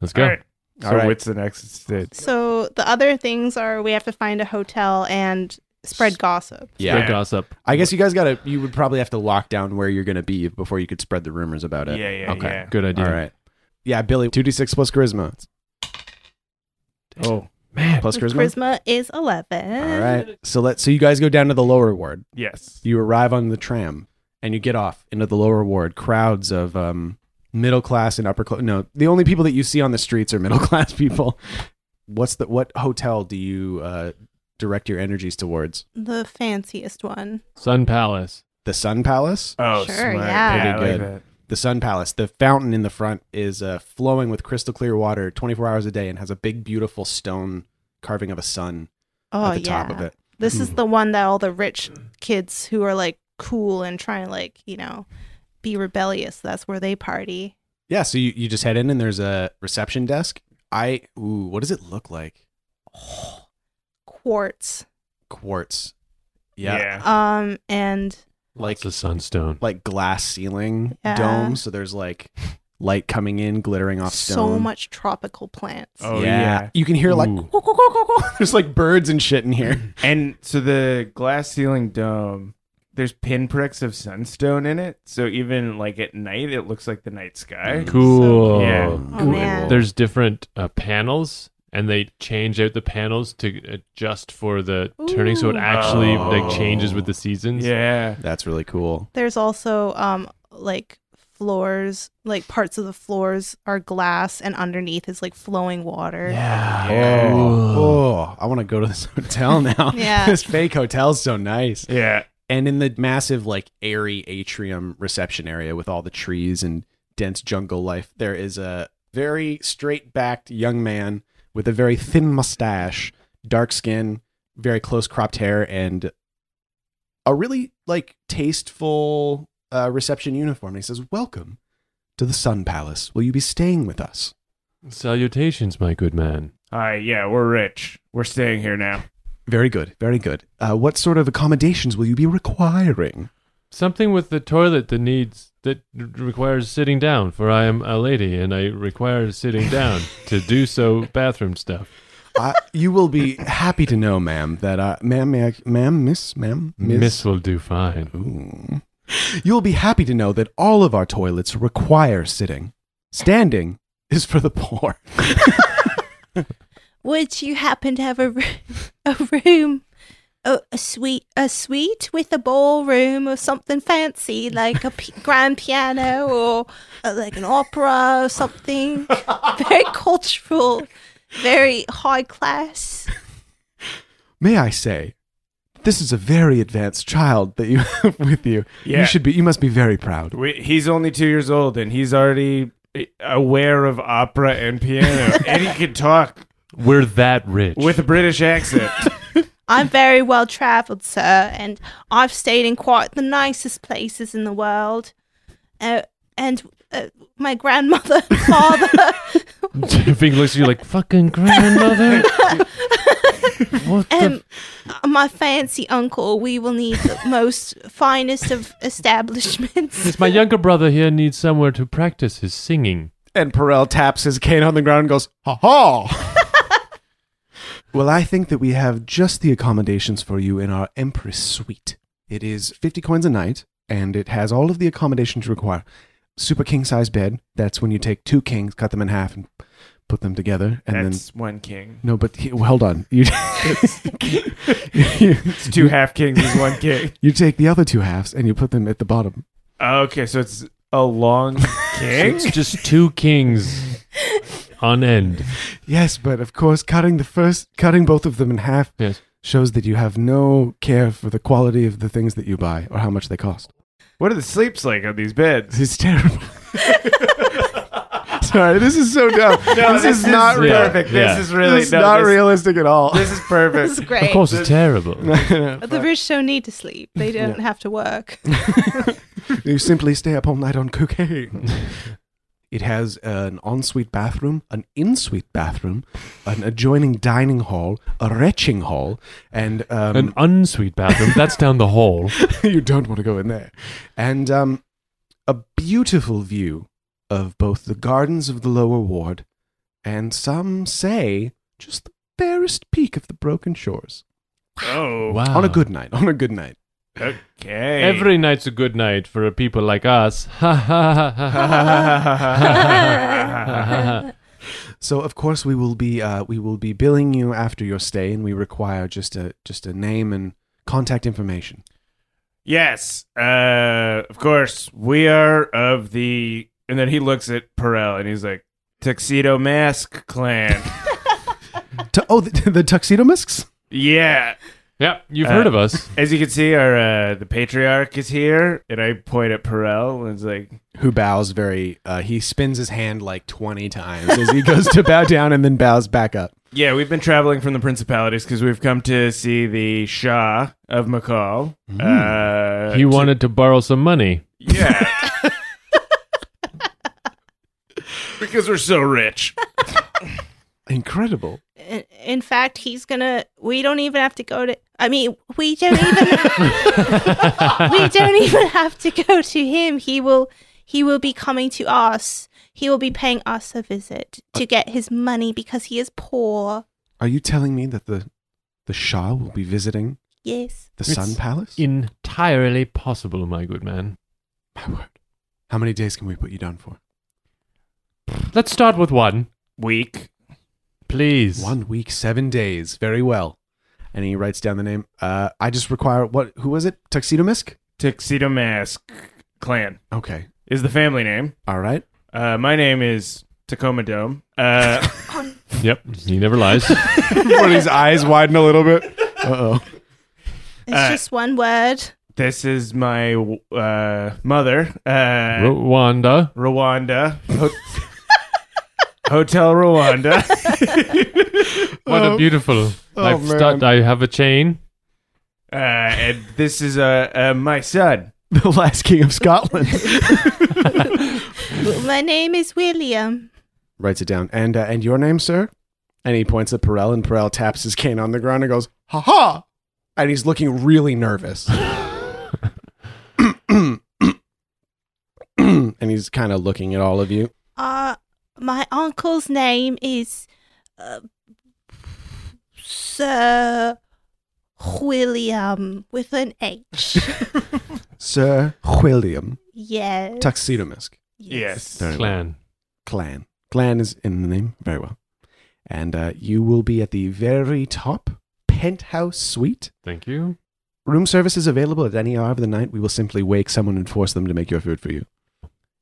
S5: Let's go.
S4: All right.
S2: All
S4: so
S2: right.
S4: what's the next stage?
S3: So the other things are we have to find a hotel and spread gossip.
S5: Spread gossip.
S2: I guess you guys got to, you would probably have to lock down where you're going to be before you could spread the rumors about it.
S4: Yeah, yeah,
S5: Okay.
S4: yeah.
S5: Good idea.
S2: All right. Yeah, Billy, 2d6 plus charisma.
S4: Oh
S5: Man.
S2: Plus
S3: With
S2: charisma?
S3: charisma is eleven.
S2: All right. So let so you guys go down to the lower ward.
S4: yes.
S2: You arrive on the tram and you get off into the lower ward. Crowds of um, middle class and upper class. No, the only people that you see on the streets are middle class people. What's the what hotel do you uh, direct your energies towards?
S3: The fanciest one.
S5: Sun Palace.
S2: The Sun Palace?
S4: Oh,
S3: Sure,
S4: smart.
S3: yeah.
S4: yeah I
S2: Pretty
S4: like
S2: good.
S4: that.
S2: the Sun Palace. The fountain in the front is uh, flowing with crystal clear water 24 hours a day and has a big, beautiful stone carving of a sun
S3: Oh
S2: at the
S3: yeah.
S2: top of it. Hmm.
S3: This is the one that all the rich kids who are like cool and trying to like, you know, be rebellious, that's where they party.
S2: Yeah, so you, you just head in and there's a reception desk. I, ooh, what does it look like?
S3: Quartz.
S2: Quartz. Yeah.
S3: Um and
S2: Like,
S5: It's a sunstone.
S2: like glass ceiling
S3: Yeah.
S2: dome. So there's like light coming in, glittering off stone.
S3: so much tropical plants.
S4: Oh
S2: yeah.
S4: yeah.
S2: You can hear like,
S5: Ooh.
S2: there's like birds and shit in here.
S4: And so the glass ceiling dome, there's pinpricks of sunstone in it. So even like at night, it looks like the night sky.
S5: Cool.
S4: Yeah.
S3: Oh, man.
S5: There's different uh, panels, and they change out the panels to adjust for the turning, so it
S3: Ooh.
S5: actually
S4: Oh.
S5: like changes with the seasons.
S4: Yeah.
S2: That's really cool.
S3: There's also um like floors, like parts of the floors are glass and underneath is like flowing water.
S2: Yeah.
S4: Yeah.
S2: Oh, oh, I want to go to this hotel now.
S3: Yeah.
S2: this fake hotel's so nice.
S4: Yeah.
S2: And in the massive, like, airy atrium reception area with all the trees and dense jungle life, there is a very straight backed young man with a very thin mustache, dark skin, very close cropped hair, and a really like tasteful uh, reception uniform. And he says, "Welcome to the Sun Palace. Will you be staying with us?"
S5: Salutations, my good man.
S4: All right, yeah, we're rich. We're staying here now.
S2: Very good, very good. Uh, what sort of accommodations will you be requiring?
S5: Something with the toilet that needs that r- requires sitting down, for I am a lady and I require sitting down to do so bathroom stuff.
S2: uh, you will be happy to know, ma'am, that uh, ma'am, may I, ma'am, miss, ma'am,
S5: Miss, will do fine.
S2: Ooh. You'll be happy to know that all of our toilets require sitting. Standing is for the poor.
S3: Would you happen to have a, r- a room, a, a suite, a suite with a ballroom or something fancy, like a p- grand piano or uh, like an opera or something? Very cultural, very high class.
S2: May I say, this is a very advanced child that you have with you.
S4: Yeah.
S2: You should be. You must be very proud.
S4: We, he's only two years old, and he's already aware of opera and piano, and he can talk
S5: We're that rich.
S4: with a British accent.
S3: I'm very well travelled, sir, and I've stayed in quite the nicest places in the world. Uh, and uh, my grandmother and father.
S5: Fink looks at you like fucking grandmother. what the
S3: Um, my fancy uncle, we will need the most finest of establishments.
S5: It's my younger brother here needs somewhere to practice his singing.
S2: And Perel taps his cane on the ground and goes, "Ha ha." well, I think that we have just the accommodations for you in our Empress Suite. It is fifty coins a night, and it has all of the accommodations you require. Super king size bed. That's when you take two kings, cut them in half, and put them together, and then
S4: That's one king.
S2: No, but he, well, hold on. You, you,
S4: It's two half kings is one king. Uh,
S2: you take the other two halves and you put them at the bottom.
S4: Okay, so it's a long king.
S5: It's just two kings on end.
S2: Yes, but of course, cutting the first, cutting both of them in half
S5: Yes.
S2: shows that you have no care for the quality of the things that you buy or how much they cost.
S4: What are the sleeps like on these beds?
S2: It's terrible. Sorry, this is so dumb. this, is not
S5: yeah,
S2: real.
S4: perfect.
S5: yeah.
S4: This is really
S2: this is
S4: no,
S2: not
S4: this,
S2: realistic at all.
S4: This is
S3: This is
S4: perfect.
S5: Of
S3: great.
S5: course, it's terrible.
S3: the rich don't need to sleep. They don't have to work.
S2: you simply stay up all night on cocaine. it has an ensuite bathroom, an in-suite bathroom, an adjoining dining hall, a retching hall, and um,
S5: An unsweet bathroom. That's down the hall.
S2: you don't want to go in there. And um, a beautiful view of both the gardens of the lower ward and some say just the fairest peak of the broken shores.
S4: Oh,
S5: Wow.
S2: On a good night. On a good night.
S4: okay.
S5: Every night's a good night for people like us. Ha ha ha ha ha ha ha ha.
S2: So of course we will be uh, we will be billing you after your stay, and we require just a just a name and contact information.
S4: yes, uh, of course we are of the. And then he looks at Perel and he's like, "Tuxedo Mask Clan."
S2: Tu- oh, the, the tuxedo masks.
S4: yeah.
S5: Yep, you've
S4: Uh,
S5: heard of us.
S4: As you can see, our uh, the patriarch is here, and I point at Perel and it's like,
S2: Who bows very? Uh, he spins his hand like twenty times as he goes to bow down and then bows back up.
S4: "Yeah, we've been traveling from the principalities because we've come to see the Shah of Macau."
S2: Mm.
S4: Uh,
S5: He wanted to borrow some money.
S4: yeah, because we're so rich.
S2: Incredible.
S3: In, in fact, he's gonna. We don't even have to go to. I mean, we don't even. we don't even have to go to him. He will. He will be coming to us. He will be paying us a visit to
S5: Uh.
S3: get his money because he is poor.
S2: Are you telling me that the the Shah will be visiting
S3: Yes.
S2: the
S5: It's
S2: Sun Palace?
S5: Entirely possible, my good man.
S2: My word. How many days can we put you down for?
S5: Let's start with one,
S4: Weak.
S5: please.
S2: One week, seven days. Very well. And he writes down the name. Uh, I just require what? Who was it? Tuxedo Misk.
S4: Tuxedo Mask Clan
S2: Okay.
S4: is the family name.
S2: All right.
S4: Uh, my name is Tacoma Dome. Uh,
S5: Yep, he never lies.
S2: When his eyes widen a little bit. Uh oh.
S3: It's
S4: Uh,
S3: just one word.
S4: this is my uh, mother, uh,
S5: Rwanda.
S4: Rwanda. Hotel Rwanda.
S5: What a
S6: Oh.
S5: beautiful.
S6: Oh,
S5: I've start,
S6: man.
S5: I have a chain.
S4: Uh, and this is uh, uh, my son.
S2: the last king of Scotland.
S3: My name is William.
S2: Writes it down. And uh, and your name, sir? And he points at Perel, and Perel taps his cane on the ground and goes, "Ha ha!" And he's looking really nervous. and he's kind of looking at all of you.
S3: Uh, my uncle's name is uh, Sir William with an H.
S2: Sir William
S3: yes.
S2: Tuxedo Mask.
S4: Yes.
S5: Clan.
S2: Clan. Clan is in the name. Very well. And uh, you will be at the very top penthouse suite.
S5: Thank you.
S2: Room service is available at any hour of the night. We will simply wake someone and force them to make your food for you.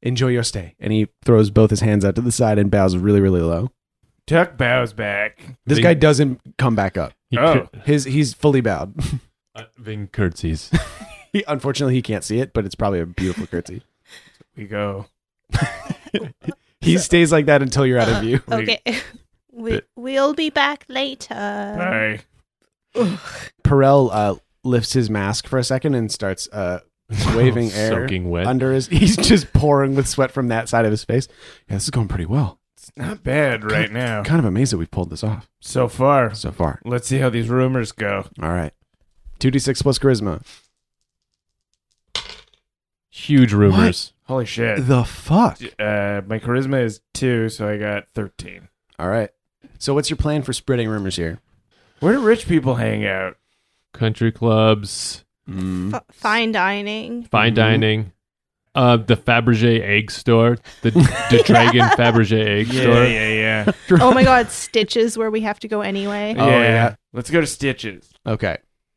S2: Enjoy your stay. And he throws both his hands out to the side and bows really, really low.
S4: Tuck bows back.
S2: This
S5: Ving-
S2: guy doesn't come back up.
S5: He
S4: Oh.
S5: cur-
S2: His he's fully bowed.
S5: uh, Ving curtsies.
S2: He, unfortunately, he can't see it, but it's probably a beautiful curtsy.
S4: We go.
S2: He stays like that until you're out of view.
S3: Uh, Okay. We,
S5: Bit-
S3: we'll be back later.
S4: Bye.
S2: Perel uh, lifts his mask for a second and starts uh, waving air
S5: Soaking wet.
S2: under his. He's just pouring with sweat from that side of his face. Yeah, this is going pretty well.
S4: Not bad right now.
S2: I'm kind of amazed that we've pulled this off
S4: So far.
S2: so far.
S4: Let's see how these rumors go.
S2: All right, two d six plus charisma.
S5: Huge rumors.
S4: Holy shit.
S2: The fuck.
S4: Uh, my charisma is two, so I got 13.
S2: All right. So what's your plan for spreading rumors here?
S4: Where do rich people hang out?
S5: Country clubs.
S3: F- fine dining.
S5: fine
S2: Mhm.
S5: dining, uh, the Fabergé egg store, the the Dragon Fabergé egg store.
S4: yeah, yeah.
S3: Oh my god, Stitches where we have to go anyway.
S2: Oh, yeah.
S4: Let's go to Stitches.
S2: Okay.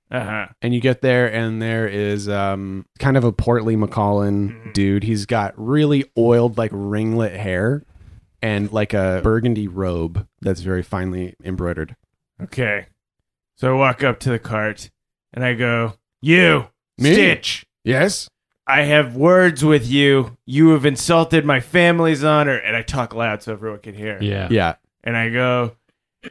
S4: Uh huh.
S2: And you get there, and there is um, kind of a portly McCollin dude. He's got really oiled, like ringlet hair, and like a burgundy robe that's very finely embroidered.
S4: Okay. So I walk up to the cart and I go, You,
S2: Me?
S4: Stitch,
S2: Yes.
S4: I have words with you. You have insulted my family's honor. And I talk loud so everyone can hear.
S5: Yeah.
S2: Yeah.
S4: And I go,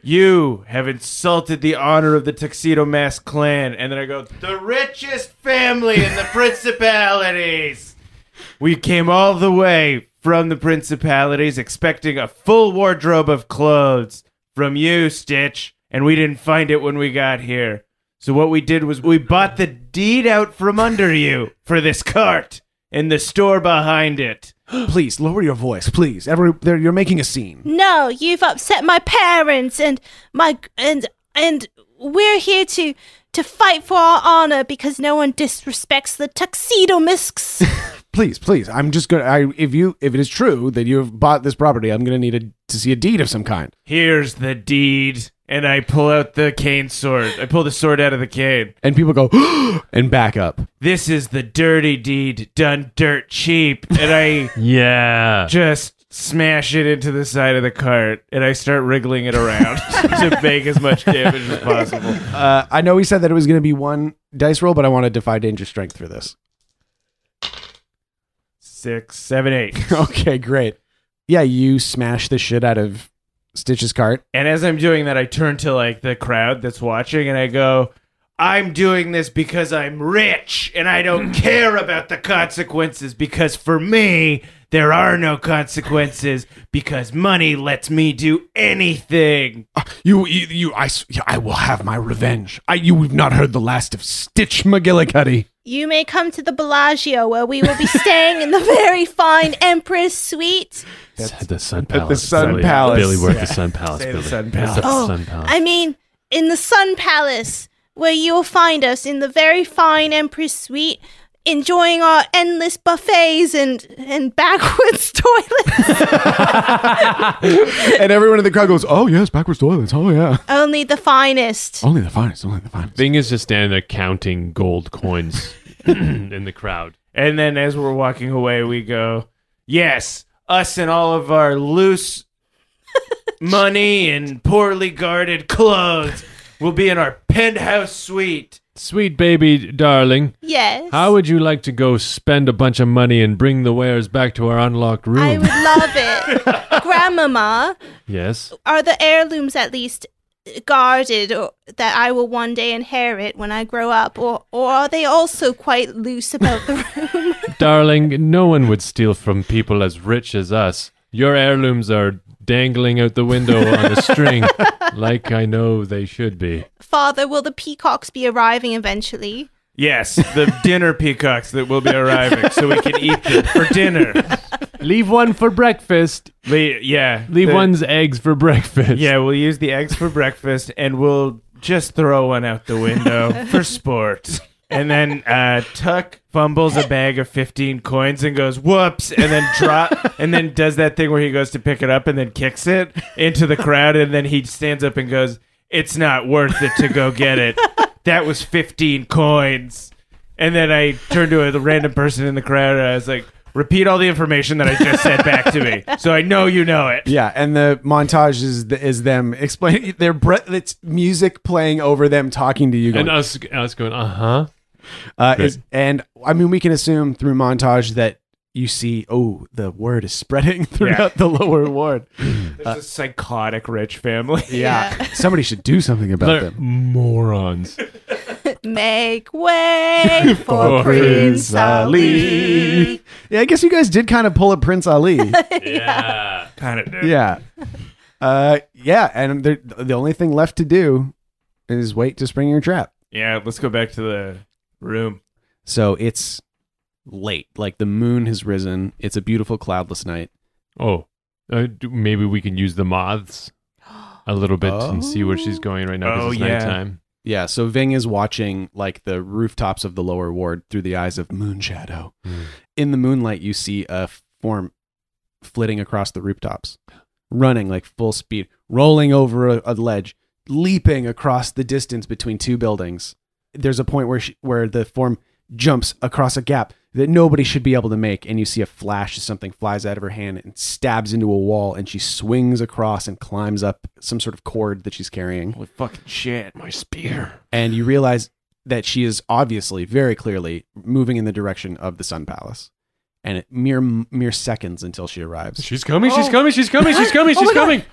S4: You have insulted the honor of the Tuxedo Mask clan. And then I go, The richest family in the principalities. We came all the way from the principalities expecting a full wardrobe of clothes from you, Stitch, and we didn't find it when we got here. So what we did was we bought the deed out from under you for this cart and the store behind it.
S2: please lower your voice, please. Every there, you're making a scene.
S3: No, you've upset my parents and my and and we're here to to fight for our honor because no one disrespects the tuxedo misks.
S2: Please, please. I'm just gonna. I, if you, if it is true that you have bought this property, I'm gonna need a, to see a deed of some kind.
S4: Here's the deed. And I pull out the cane sword. I pull the sword out of the cane.
S2: And people go and back up.
S4: This is the dirty deed done dirt cheap. And I
S5: Yeah.
S4: just smash it into the side of the cart and I start wriggling it around to make as much damage as possible.
S2: Uh, I know we said that it was gonna be one dice roll, but I want to defy danger strength for this.
S4: Six, seven, eight.
S2: Oh, okay, great. Yeah, you smash the shit out of Stitch's cart.
S4: And as I'm doing that, I turn to like the crowd that's watching and I go, I'm doing this because I'm rich and I don't care about the consequences because for me, there are no consequences because money lets me do anything.
S2: You, you, you I, s- yeah, I will have my revenge. I, you have not heard the last of Stitch McGillicuddy.
S3: You may come to the Bellagio where we will be staying in the very fine Empress suite.
S5: At the Sun Palace.
S2: Sun
S5: Billy.
S2: Palace.
S5: Billy worked the Sun Palace.
S4: Say the
S5: Billy.
S4: Sun
S5: It's at the
S3: Oh,
S5: Sun Palace.
S3: I mean, in the Sun Palace, where you'll find us in the very fine Empress Suite, enjoying our endless buffets and and backwards toilets.
S2: and everyone in the crowd goes, "Oh yes, backwards toilets. Oh yeah,
S3: Only the finest.
S5: Oh.
S2: only the finest. Only the finest."
S5: Ving is just standing there counting gold coins in the crowd.
S4: And then as we're walking away, we go, Yes, us and all of our loose money and poorly guarded clothes will be in our penthouse suite
S5: Sweet baby darling,
S3: Yes.
S5: how would you like to go spend a bunch of money and bring the wares back to our unlocked room?
S3: I would love it. Grandmama,
S5: yes.
S3: are the heirlooms at least guarded or that I will one day inherit when I grow up or or are they also quite loose about the room?
S5: Darling, no one would steal from people as rich as us. Your heirlooms are dangling out the window on a string, like I know they should be.
S3: Father, will the peacocks be arriving eventually?
S4: Yes, the dinner peacocks that will be arriving, so we can eat them for dinner.
S5: Leave one for breakfast.
S4: Le- yeah,
S5: Leave
S4: the-
S5: one's eggs for breakfast.
S4: Yeah, we'll use the eggs for breakfast, and we'll just throw one out the window for sport. And then uh, Tuck fumbles a bag of fifteen coins and goes whoops, and then drop, and then does that thing where he goes to pick it up and then kicks it into the crowd, and then he stands up and goes, "It's not worth it to go get it. That was fifteen coins." And then I turned to a random person in the crowd, and I was like, "Repeat all the information that I just said back to me, so I know you know it."
S6: Yeah, and the montage is is them explaining their breath. It's music playing over them talking to you.
S5: And us, us going, uh huh.
S6: Uh,
S5: Great.
S6: is, and I mean, we can assume through montage that you see, oh, the word is spreading throughout the lower ward.
S4: There's a psychotic rich family.
S6: Yeah. Somebody should do something about
S5: They're
S6: them.
S5: morons.
S3: Make way for
S6: Oh,
S3: Prince
S5: For
S6: Prince
S3: Ali.
S6: Ali. Yeah, I guess you guys did kind of pull at Prince Ali.
S5: yeah.
S4: Kind of do.
S6: yeah. Uh, yeah, and they're- the only thing left to do is wait to spring your trap.
S4: Yeah, let's go back to the room.
S2: So it's late. Like the moon has risen. It's a beautiful cloudless night.
S5: Oh, uh, d- maybe we can use the moths a little bit and see where she's going right now because
S4: Oh,
S5: it's
S4: yeah.
S5: nighttime.
S2: Yeah, so Ving is watching like the rooftops of the lower ward through the eyes of moon shadow. In the moonlight, you see a form flitting across the rooftops, running like full speed, rolling over a, a ledge, leaping across the distance between two buildings. There's a point where she, where the form jumps across a gap that nobody should be able to make, and you see a flash as something flies out of her hand and stabs into a wall, and she swings across and climbs up some sort of cord that she's carrying
S4: Holy fucking shit. My spear.
S2: and you realize that she is obviously very clearly moving in the direction of the sun palace and it mere mere seconds until she arrives
S5: She's coming, she's coming, she's coming, she's coming, she's coming.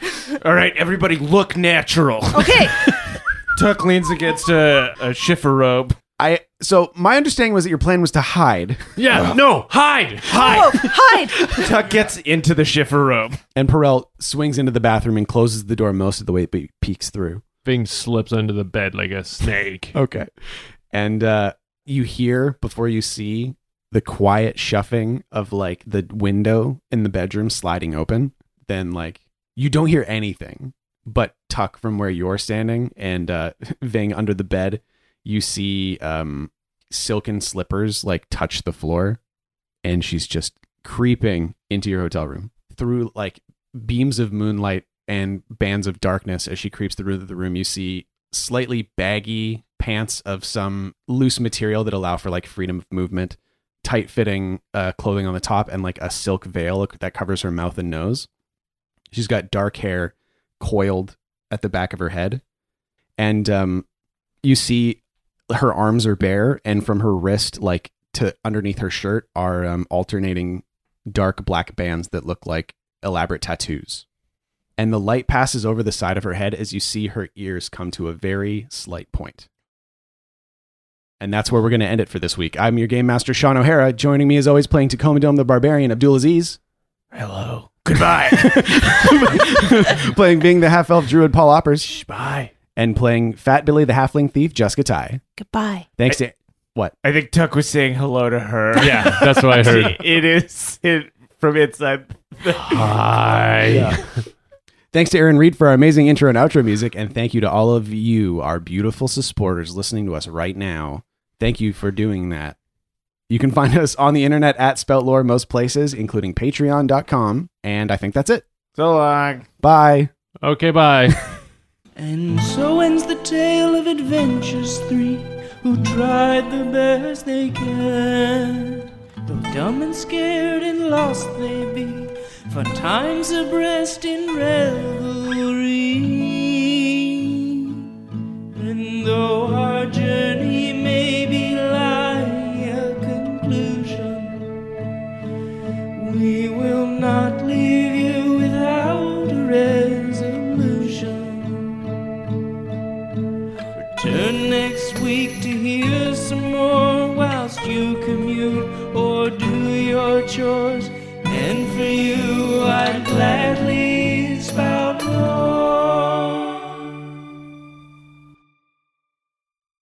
S4: All right, everybody look natural.
S3: Okay.
S4: Tuck leans against a, a shiffer robe.
S6: I so my understanding was that your plan was to hide,
S5: Yeah, no, hide, hide.
S3: Oh, hide.
S4: Tuck gets into the shiffer robe.
S2: and Perel swings into the bathroom and closes the door most of the way but he peeks through
S5: Bing slips under the bed like a snake.
S2: okay and uh you hear before you see the quiet shuffling of like the window in the bedroom sliding open then like you don't hear anything but tuck from where you're standing and uh ving under the bed you see um silken slippers like touch the floor and she's just creeping into your hotel room through like beams of moonlight and bands of darkness as she creeps through the room you see slightly baggy pants of some loose material that allow for like freedom of movement tight fitting uh, clothing on the top and like a silk veil that covers her mouth and nose she's got dark hair coiled at the back of her head and um, you see her arms are bare and from her wrist like to underneath her shirt are um, alternating dark black bands that look like elaborate tattoos and the light passes over the side of her head as you see her ears come to a very slight point and that's where we're going to end it for this week. I'm your game master, Sean O'Hara. Joining me, as always, playing Tacoma Dome the Barbarian, Abdul Aziz.
S4: Hello. Goodbye.
S6: playing being the half elf druid Paul Oppers,
S4: Bye.
S2: and playing Fat Billy the Halfling Thief, Jessica Ty.
S3: Goodbye.
S2: Thanks to
S4: I think Tuck was saying hello to her.
S5: Yeah, that's what I heard.
S4: It is it, from inside.
S5: Hi.
S2: thanks to Aaron Reed for our amazing intro and outro music, and thank you to all of you, our beautiful supporters, listening to us right now. Thank you for doing that. You can find us on the internet at Spoutlore most places, including Patreon.com. And I think that's it.
S4: So long.
S2: Bye.
S5: Okay, bye.
S1: And so ends the tale of adventures three who tried the best they can. Though dumb and scared and lost they be, for time's abreast in revelry. And though our journey We will not leave you without a resolution. Return next week to hear some more whilst you commute or do your chores